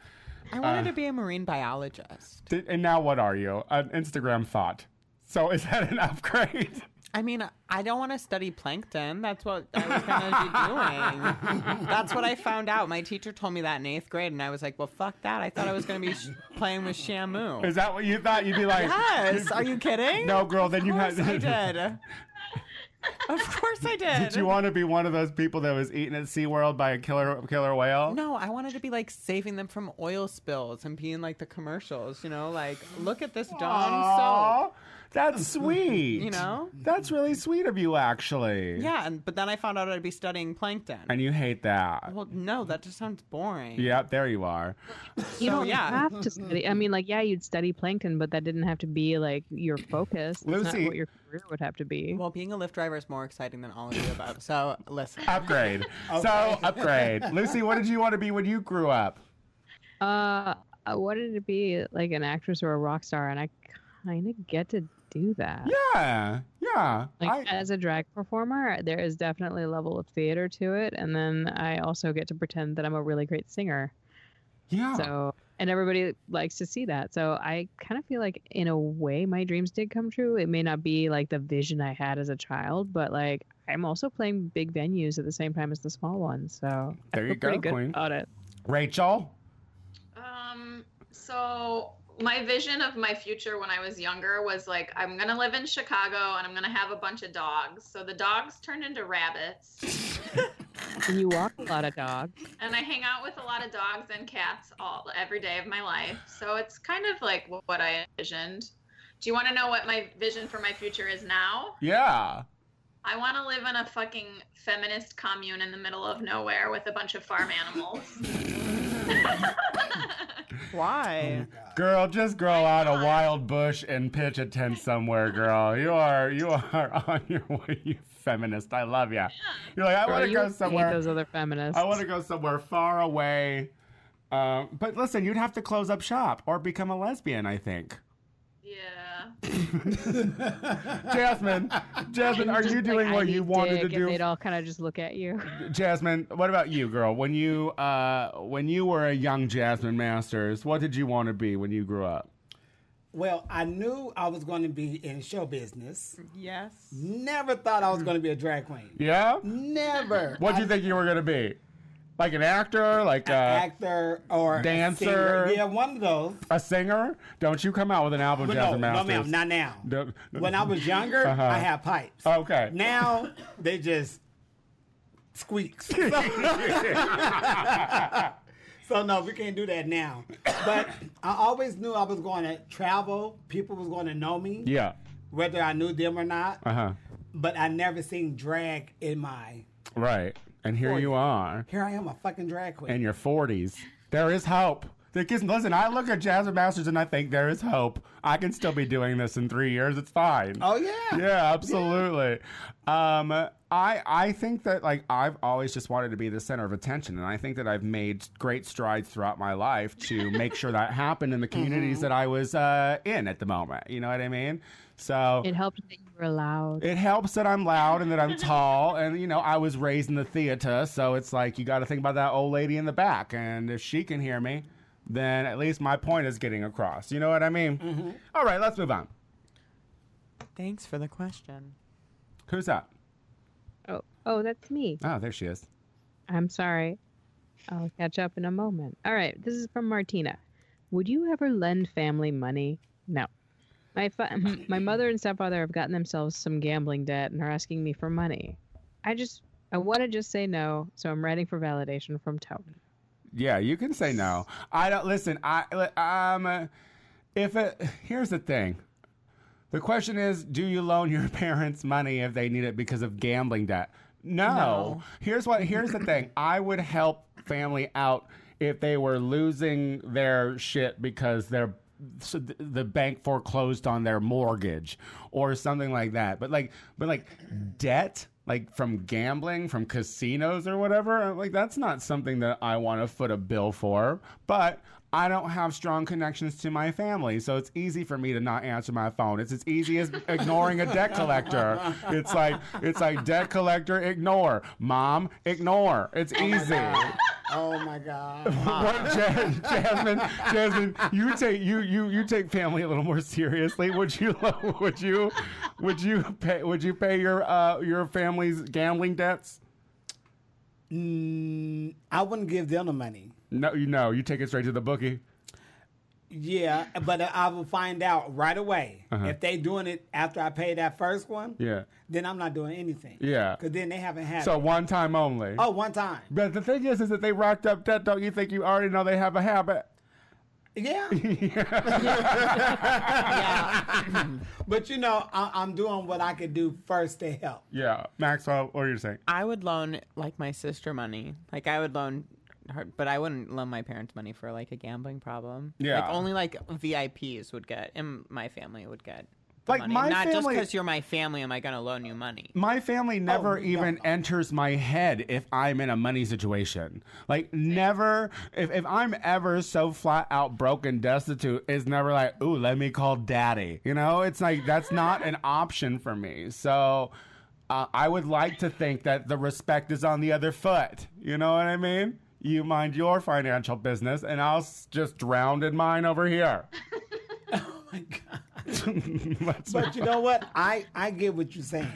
C: I wanted
A: Uh.
C: to be a marine biologist.
A: Th- and now what are you? An Instagram thought. So (laughs) is that an upgrade?
C: I mean, I don't want to study plankton. That's what I was going to be doing. That's what I found out. My teacher told me that in eighth grade, and I was like, well, fuck that. I thought I was going to be sh- playing with
A: (laughs)
C: Shamu.
A: Is that what you thought? You'd be like,
C: Yes. Are you
A: (laughs)
C: kidding?
A: No, girl, then
C: Of
A: you
C: course
A: had-
C: I did. Of course I did. (laughs)
A: Did you want to be one of those people that was eaten at SeaWorld by a killer killer whale?
C: No, I wanted to be like saving them from oil spills and being like the commercials, you know, like look at this Dawn
A: Aw,
C: soap.
A: that's sweet.
C: (laughs) You know?
A: That's really sweet of you, actually.
C: Yeah, and but then I found out I'd be studying plankton.
A: And you hate that.
C: well, no, that just sounds boring.
A: Yep, there you are.
E: You
C: So,
E: don't
C: yeah.
E: have
A: (laughs)
E: to study. I mean, like, yeah, you'd study plankton, but that didn't have to be like your focus. That's
A: Lucy.
E: not what your career would have to be.
C: Well, being a Lyft driver is more exciting than all of the above. So listen,
A: Upgrade. So upgrade. Lucy, what did you want to be when you grew up?
E: Uh, I wanted to be like an actress or a rock star, and I kind of get to do that.
A: Yeah. Yeah.
E: Like
A: I-
E: as a drag performer, there is definitely a level of theater to it, and then I also get to pretend that I'm a really great singer.
A: yeah.
E: So, and everybody likes to see that. So, I kind of feel like, in a way, my dreams did come true. It may not be like the vision I had as a child, but like I'm also playing big venues at the same time as the small ones. So,
A: There
E: I
A: you
E: feel pretty
A: go,
E: good
A: queen.
E: about it.
A: Rachel?
B: Um, so my vision of my future when I was younger was like I'm gonna live in Chicago and I'm gonna have a bunch of dogs. So the dogs turned into rabbits,
E: And you walk a lot of dogs.
B: and I hang out with a lot of dogs and cats all every day of my life. So it's kind of like wh- what I envisioned. Do you want to know what my vision for my future is now?
A: Yeah.
B: I want to live in a fucking feminist commune in the middle of nowhere with a bunch of farm animals.
C: (laughs) why?
A: Oh Girl, just grow out a wild bush and pitch a
E: (laughs)
A: tent somewhere, girl. You are you are (laughs) on your way, you feminist. I love ya. You're like, (laughs) I
E: Girl,
A: want to
E: you
A: go
E: hate
A: somewhere.
E: those other feminists.
A: I want to go somewhere far away. Um, but listen, you'd have to close up shop or become a lesbian, I think.
B: yeah.
A: (laughs)
D: (laughs)
A: (laughs) Jasmine, Jasmine, are
E: Just
A: you
E: like,
A: doing
E: I
A: what you
E: need
A: wanted to
E: dick, and
A: do?
E: They'd all kind of just look at you.
A: Jasmine, what about you, girl? When you uh, when you were a young Jasmine Masters, what did you want to be when you grew up?
D: Well, I knew I was going to be in show business.
C: Yes.
D: Never thought I was going to be a drag queen.
A: Yeah.
D: Never.
A: What do you think you were gonna be? Like an actor? Like a,
D: Actor or a
A: Dancer.
D: singer. Yeah, one of those.
A: a singer? Don't you come out with an album,
D: But no,
A: Jasmine
D: no,
A: Masters?
D: ma'am, not now.
A: No-
D: When I was younger,
A: Uh-huh.
D: I had
A: (laughs)
D: pipes.
A: Okay.
D: Now they just
A: (laughs)
D: squeaks. so no, we can't do that now. But I always knew I was going to travel. People was going to know me,
A: yeah.
D: whether I knew them or not.
A: Uh huh.
D: But I never seen drag in my.
A: Right. And here you are
D: Here I am, a fucking drag queen.
A: in your 40s. There is hope. The kids- Listen, I look at Jasmine Masters and I think there is hope. I can still be doing this in three years. It's fine.
D: oh yeah.
A: yeah absolutely um i i think that like i've always just wanted to be the center of attention and i think that i've made great strides throughout my life to make sure that happened in the communities that i was uh in at the moment you know what i mean so
E: (laughs) It helped that you were loud.
A: it helps that I'm loud and that I'm tall, and you know I was raised in the theater, so it's like you got to think about that old lady in the back, and if she can hear me, then at least my point is getting across. You know what I mean? All right, let's move on.
C: Thanks for the question.
A: Who's up?
E: Oh, oh, that's me.
A: Oh, there she is.
E: I'm sorry. I'll catch up in a moment. All right, this is from Martina. Would you ever lend family money? No. My fa- my mother and stepfather have gotten themselves some gambling debt and are asking me for money. I just I want to just say no, so I'm writing for validation from Tony.
A: Yeah, you can say no. I don't listen. I li- um, if it here's the thing, the question is, do you loan your (laughs) parents money if they need it because of gambling debt? No.
C: No.
A: Here's what. Here's the thing. I would help family out if they were losing their shit because their so th- the bank foreclosed on their mortgage or something like that. But like, but like debt. Like from gambling, from casinos or whatever, like that's not something that I want to foot a bill for. But I don't have strong connections to my family, so it's easy for me to not answer my phone. It's as easy as ignoring a debt collector. It's like it's like debt collector ignore, mom ignore. It's easy.
D: Oh my god.
A: (laughs) What, Jas- Jasmine, Jasmine, you take you you you take family a little more seriously. Would you (laughs) would you would you pay would you pay your uh your family's gambling debts?
D: Mm, I wouldn't give them the money.
A: No, you no, you take it straight to the bookie.
D: Yeah, but I will find out right away if they doing it after I pay that first one.
A: Uh-huh. Yeah.
D: Then I'm not doing anything.
A: Yeah.
D: because then they haven't had.
A: So
D: it.
A: one time only.
D: oh, one time.
A: But the thing is, is that they racked up debt. Don't you think you already know they have a habit? (laughs)
D: Yeah,
C: Yeah.
D: (laughs) but you know I, I'm doing what I could do first to help. (laughs)
A: Yeah, Maxwell. What are you saying?
C: I would loan like my sister money. Like I would loan her, but I wouldn't loan my parents money for like a gambling problem.
A: Yeah.
C: Like only like VIPs would get, and my family would get. the
A: Like,
C: money.
A: my
C: not just
A: family-
C: because you're my family, am I going to loan you
A: (laughs)
C: money? (laughs)
A: My family never
D: yeah.
A: even enters my head if I'm in a money situation. Like never. If if I'm ever so flat out broke and destitute, it's never like, ooh, let me call daddy. You know, it's like that's not an option for me. So. Uh, I would like to think that the respect is on the other foot. You know what I mean? You mind your financial business, and I'll s- just drown in mine over here. (laughs)
D: Oh my God.
A: Let's
D: But you know
A: (laughs)
D: what? I I get what you're saying.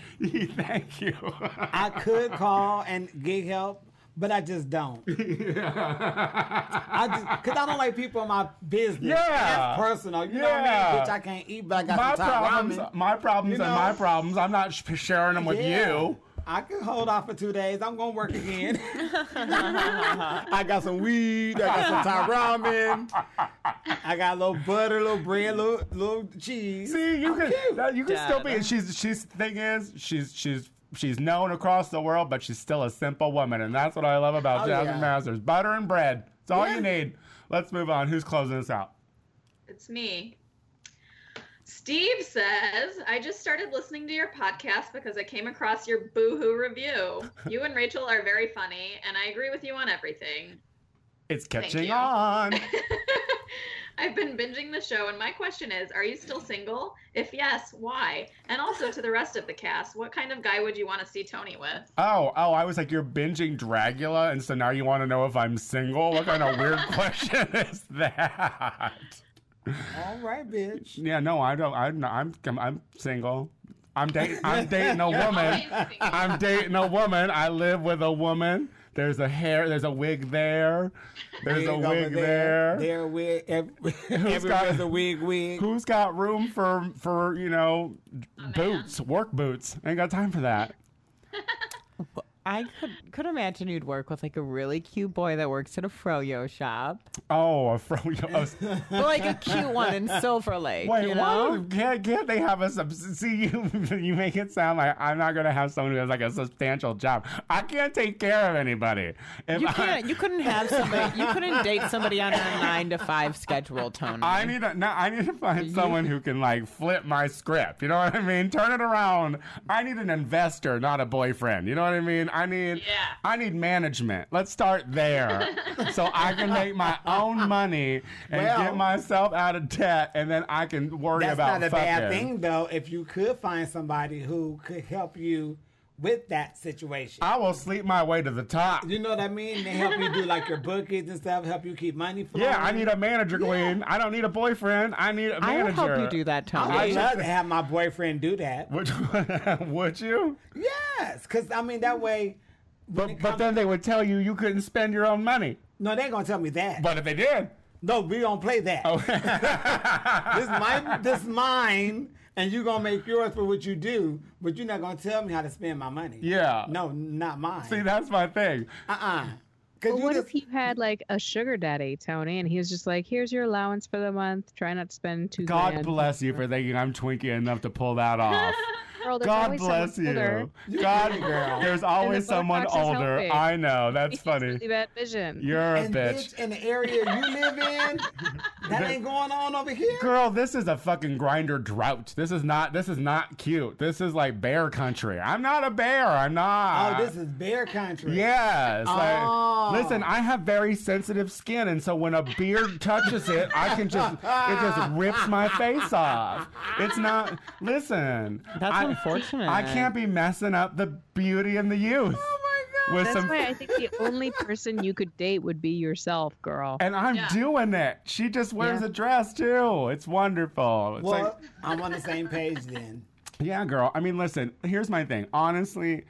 A: Thank you. (laughs)
D: I could call and get help, but I just
A: (laughs)
D: don't. I just because I don't like people in my business. And
A: Yeah.
D: that's personal. You know what I mean?
A: Yeah.
D: Bitch, I can't eat, but I got
A: my
D: some Thai
A: problems,
D: ramen.
A: my problems,
D: You
A: and my
D: know?
A: problems. I'm not sh- sharing them with
D: Yeah.
A: you.
D: I can hold off for two days. I'm gonna work
A: (laughs)
D: again. I got some weed. I got some Thai ramen. I got a little butter, a little bread, a little little cheese.
A: See, you can that- you can still be.
C: Dad.
A: She's she's thing is she's she's she's known across the world, but she's still a simple woman, and that's what I love about
D: Oh,
A: Jasmine
D: yeah.
A: Masters. Butter and bread. It's all you
D: Yeah.
A: need. Let's move on. Who's closing us out?
B: It's me. Steve says, I just started listening to your podcast because I came across your boohoo review. You and Rachel are very funny, and I agree with you on everything.
A: It's catching
B: you.
A: on.
B: (laughs) I've been binging the show, and my question is Are you still single? If yes, why? And also to the rest of the cast, what kind of guy would you want to see Tony with?
A: Oh, oh, I was like, you're binging Dragula, and so now you want to know if I'm single? What kind of weird (laughs) question is that?
D: All right, bitch.
A: Yeah, no, I don't. I'm not, I'm I'm- I'm single. I'm dating. I'm dating
C: (laughs)
A: a woman.
B: Always single.
A: I'm dating a woman. I live with a woman. There's a hair. There's a wig there. There's a
D: Wig over
A: wig there.
D: There, a wig.
A: (laughs)
D: Every,
A: got-
D: everywhere's a wig, wig.
A: Who's got room for for you know
C: Oh,
A: boots, work boots? I ain't got time for that.
C: I could could imagine you'd work with like a really cute boy that works at a froyo shop,
A: Oh, a fro. (laughs) oh,
C: but like a cute one
A: (laughs)
C: in Silver Lake.
A: Wait, why
C: you know?
A: would- can't, can't they have a sub- see you? (laughs) You make it sound like I'm not gonna have someone who has like a substantial job. I can't take care of anybody. If
C: You
A: I-
C: can't. You couldn't have somebody. You couldn't date somebody on a nine to five schedule, Tony.
A: I need to, no, I need to find someone who can like flip my script. You know what I mean? Turn it around. I need an investor, not a boyfriend. You know what I mean? I need
B: Yeah.
A: I need management. Let's start there. so I can make my own money and
D: Well-
A: get myself out of debt and then I can worry
D: That's
A: about
D: not a bad
A: fucking.
D: thing, though, if you could find somebody who could help you with that situation.
A: I will sleep my way to the top.
D: you know what I mean? They help you do like your bookies and stuff, help you keep money flowing.
A: Yeah, I need a manager, Queen. I don't need a boyfriend. I need a
C: I
A: manager.
C: will help you do that, Tony.
D: I would love to have my boyfriend do that.
A: Would, (laughs) would you?
D: Yes, because I mean that way.
A: But but then they would tell you you couldn't spend your own money.
D: No, they're gonna tell me that.
A: But Oh. if they did,
D: no, we don't play that. (laughs) this is my this is mine, and you gonna make yours for what you do, but you're not gonna tell me how to spend my money.
A: Yeah.
D: No, not mine.
A: See, that's my thing.
E: Oh,
D: Uh-uh. Cause
E: But
D: you
E: what
D: just,
E: if you had like a sugar daddy, Tony, and he was just like, "Here's your allowance for the month. Try not to spend too."
A: God
E: grand."
A: bless you for thinking I'm twinky enough to pull that off.
E: Girl, (laughs) there's
A: God
E: always someone
A: bless you.
E: older.
A: (laughs) God, there's always someone
E: Botox is
A: older.
E: helping.
A: I know. That's
E: (laughs) It's
A: funny.
E: Really bad vision.
A: (laughs) You're a
D: and
A: bitch.
D: bitch in the area you live in, that ain't going on over here.
A: Girl, this is a fucking grinder drought. This is not this is not cute. This is like bear country. I'm not a bear. I'm
D: Oh,
A: not.
D: this is bear country.
A: Yes. like-
D: Oh.
A: listen, I have very sensitive skin, and so when a beard touches it, I can just it just rips my face off. It's not. Listen,
C: That's
A: I,
C: unfortunate.
A: I can't be messing up the beauty and the youth. Oh my god. With
E: That's
A: some,
E: why I think the only person you could date would be yourself, girl.
A: and I'm
B: Yeah.
A: doing it. She just wears
E: Yeah.
A: a dress too. It's wonderful. It's
D: Well,
A: like,
D: I'm on the same page then.
A: yeah, girl. I mean, listen. Here's my thing. Honestly,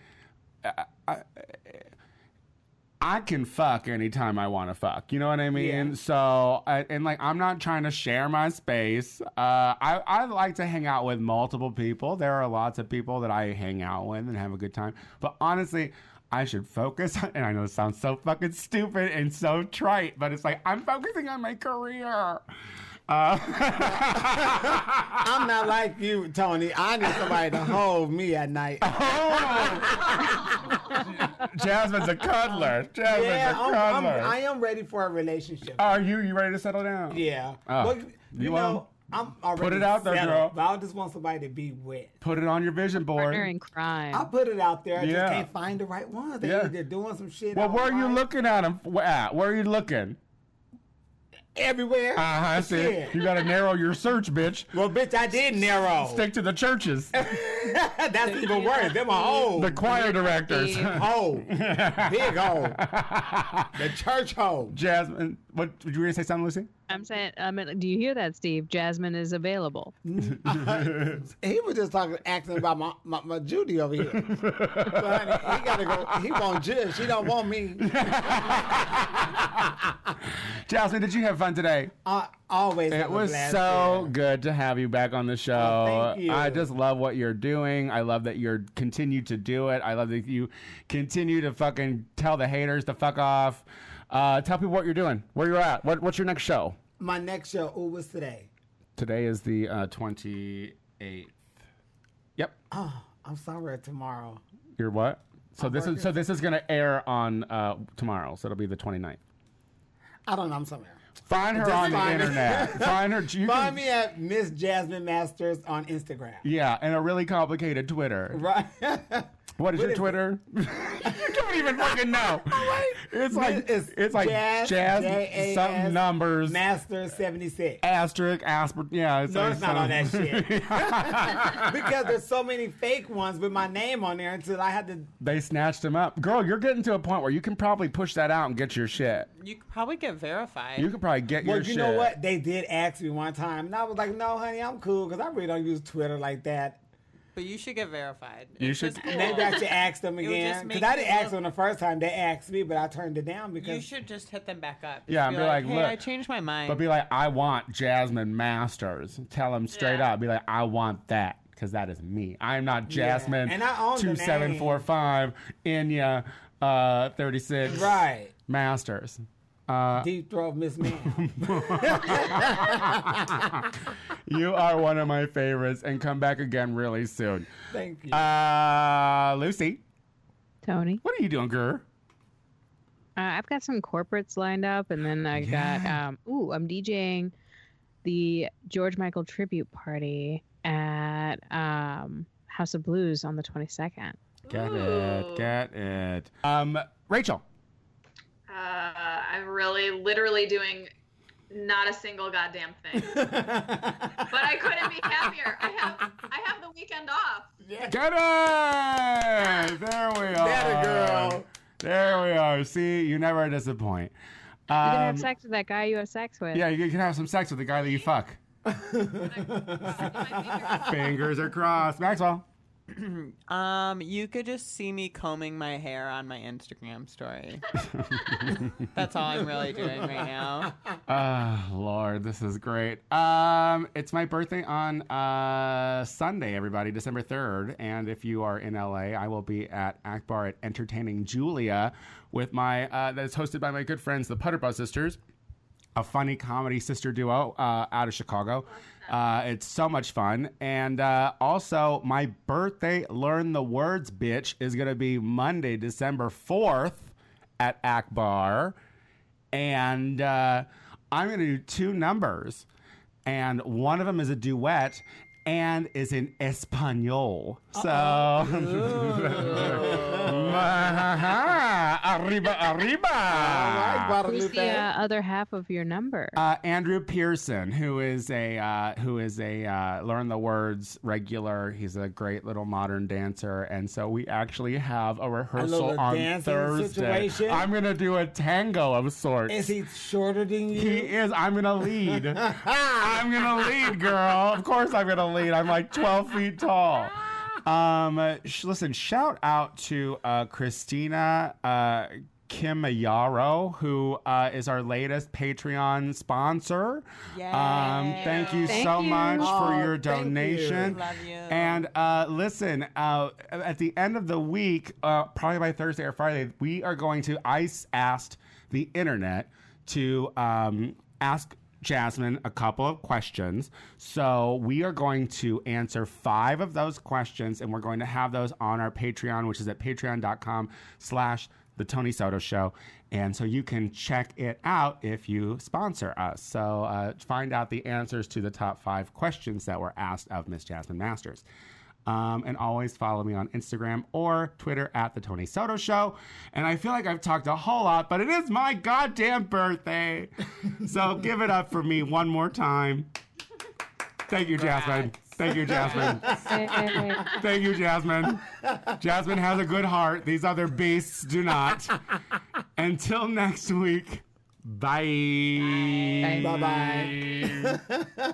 A: I can fuck anytime I want to fuck. You know what I mean? So, I- and like, I'm not trying to share my space. Uh, I, I like to hang out with multiple people. There are lots of people that I hang out with and have a good time. But honestly, I should focus. And I know this sounds so fucking stupid and so trite, but it's like, I'm focusing on my career. (laughs) Uh,
G: I'm not like you, Tony. I need somebody to hold me at
A: (laughs)
G: night.
A: Oh. (laughs) Jasmine's a cuddler. Jasmine's
D: Yeah,
A: a
D: I'm,
A: cuddler.
D: I'm, I am ready for a relationship.
A: Are you you ready to settle down?
D: yeah.
A: Oh,
D: Well, you,
A: you
D: know, I'm already
A: it out there,
D: settled,
A: girl.
D: But I just want somebody to be wet.
A: Put it on your vision board.
E: Partner in crime.
D: I put it out there. I
A: Yeah.
D: just can't find the right one. They,
A: Yeah.
D: They're doing some shit.
A: Well,
D: I
A: where are
D: don't
A: you
D: like.
A: looking at him? wh- At where are you looking?
D: Everywhere.
A: Uh,
D: Uh-huh,
A: I see.
D: Shit.
A: You gotta narrow your search, bitch.
D: Well, bitch, I did narrow.
A: (laughs) Stick to the churches,
D: (laughs) That's even worse. Them are old.
A: the choir directors.
D: (laughs)
A: (laughs)
D: old. Big old. The church old.
A: Jasmine, what did you were gonna say something, Lucy?
E: I'm saying, I mean, do you hear that, Steve? Jasmine is available.
D: He was just talking, asking about my, my, my Judy over here.
A: (laughs)
D: But honey, he gotta go. He want Judy. She don't
A: (laughs)
D: want me.
A: Jasmine, did you have fun today?
D: I always. have
A: It
D: a
A: was
D: blast
A: so
D: there.
A: good to have you back on the show.
D: Oh, thank you.
A: I just love what you're doing. I love that you're continue to do it. I love that you continue to fucking tell the haters to fuck off. Uh, tell people what you're doing, where you're at. What, what's your next show?
D: My next show, ooh, was today.
A: Today is the uh, 28th. Yep.
D: Oh, I'm sorry. Tomorrow.
A: You're what? So this is so this is gonna air on uh, tomorrow. So it'll be the 29th.
D: I don't know. I'm somewhere.
A: Find her
D: Just
A: on the
D: find her.
A: internet. find her. You
D: (laughs) Find
A: can-
D: me at Miss Jasmine Masters on Instagram.
A: Yeah, and a really complicated Twitter.
D: Right.
A: What is your
D: is it? (laughs)
A: Twitter? (laughs) you don't even fucking know. It's like it's,
D: It's
A: like jazz,
D: Jazz, J A S,
A: some numbers
D: Master 76.
A: asterisk asper. Yeah, it's
D: No,
A: like
D: it's not on that
A: some-
D: shit. (laughs) because there's so many fake ones with my name on there until I had to.
A: (laughs) They snatched him up, girl. You're getting to a point where you can probably push that out and get your shit.
C: You could probably get verified.
A: You can probably get
D: Well,
A: your
D: you
A: shit.
D: know what? They did ask me one time, and I was like, "No, honey, I'm cool because I really don't use Twitter like that."
C: But you should get verified.
A: You
C: It's
A: should-
C: just cool.
D: Maybe I
C: (laughs)
D: should ask them
C: would just
D: again
C: make
D: because I
C: you
D: didn't ask
C: look-
D: them the first time. They asked me, but I turned it down
C: You
D: because
C: should just hit them back up. Just
A: Yeah, and be like,
C: hey,
A: "Look."
C: I changed my mind.
A: But be like, I want Jasmine Masters. Tell him straight
B: Yeah.
A: up. Be like, I want that because that is me. I'm not Jasmine.
D: And I own the
A: two
D: name.
A: seven four five Inya uh, thirty six
D: right,
A: Masters. Uh,
D: deep throat, Miss Man.
A: (laughs) You are one of my favorites, and come back again really soon.
D: Thank you.
A: Uh, Lucy,
E: Tony,
A: what are you doing, girl?
E: uh, I've got some corporates lined up, and then I got, um, ooh, I'm DJing the George Michael tribute party at um, House of Blues on the 22nd.
A: Get
B: Ooh.
A: it, get it. Um, Rachel,
B: (laughs) Uh, I'm really, literally doing not a single goddamn thing. but I couldn't be happier. I have, I have the weekend off.
A: get it. There we are.
D: That a girl.
A: There we are. See, you never disappoint.
E: You can
A: Um,
E: have sex with that guy you have sex with.
A: Yeah, you can have some sex with the guy that you
E: (laughs)
A: fuck. Fingers are crossed. Maxwell.
C: um, you could just see me combing my hair on my
A: (laughs)
C: Instagram story. That's all I'm really doing right now.
A: Ah, Lord, this is great. Um, it's my birthday on uh, Sunday, everybody, December 3rd. And if you are in LA, I will be at Akbar at Entertaining Julia with my, uh, that is hosted by my good friends, the Putterpaw Sisters a funny comedy sister duo uh, out of Chicago. Uh, it's so much fun. And uh, also, my birthday, Learn the Words, bitch, is going to be Monday, December 4th at Akbar. And uh, I'm going to do two numbers. And one of them is a duet and is in Espanol. (laughs) So, arriba, arriba.
D: Oh,
E: Who's the uh, other half of your number?
A: Uh, Andrew Pearson, who is a uh, who is a uh, learn the words regular. He's a great little modern dancer, and so we actually have a rehearsal
D: little
A: on
D: dancing
A: Thursday.
D: situation?
A: I'm gonna do a tango of sorts.
D: Is he shorter than you?
A: He is. I'm gonna lead. I'm gonna lead, girl. Of course, I'm gonna lead. I'm like 12 feet tall. Um, sh- listen. Shout out to uh, Christina uh, Kim Ayaro, who uh, is our latest Patreon sponsor. Um,
C: Yay.
A: thank you
E: Thank
A: so
E: you.
A: much for
G: Aw,
A: your
G: Oh, thank you.
A: donation.
C: Love you.
A: And uh, listen, uh, at the end of the week, uh, probably by Thursday or Friday, we are going to. I s- asked the internet to um, ask Jasmine a couple of questions. So we are going to answer five of those questions, and we're going to have those on our Patreon, which is at patreon.com slash the Tony Soto Show. And so you can check it out if you sponsor us. So uh, find out the answers to the top five questions that were asked of Miss Jasmine Masters. Um, and always follow me on Instagram or Twitter at the Tony Soto Show. And I feel like I've talked a whole lot, but it is my goddamn birthday. so give it up for me one more time. Thank you, Jasmine. Thank you, Jasmine.
E: Hey.
A: Thank you, Jasmine. Jasmine has a good heart. These other beasts do not. Until next week, bye.
E: Bye.
G: Bye bye.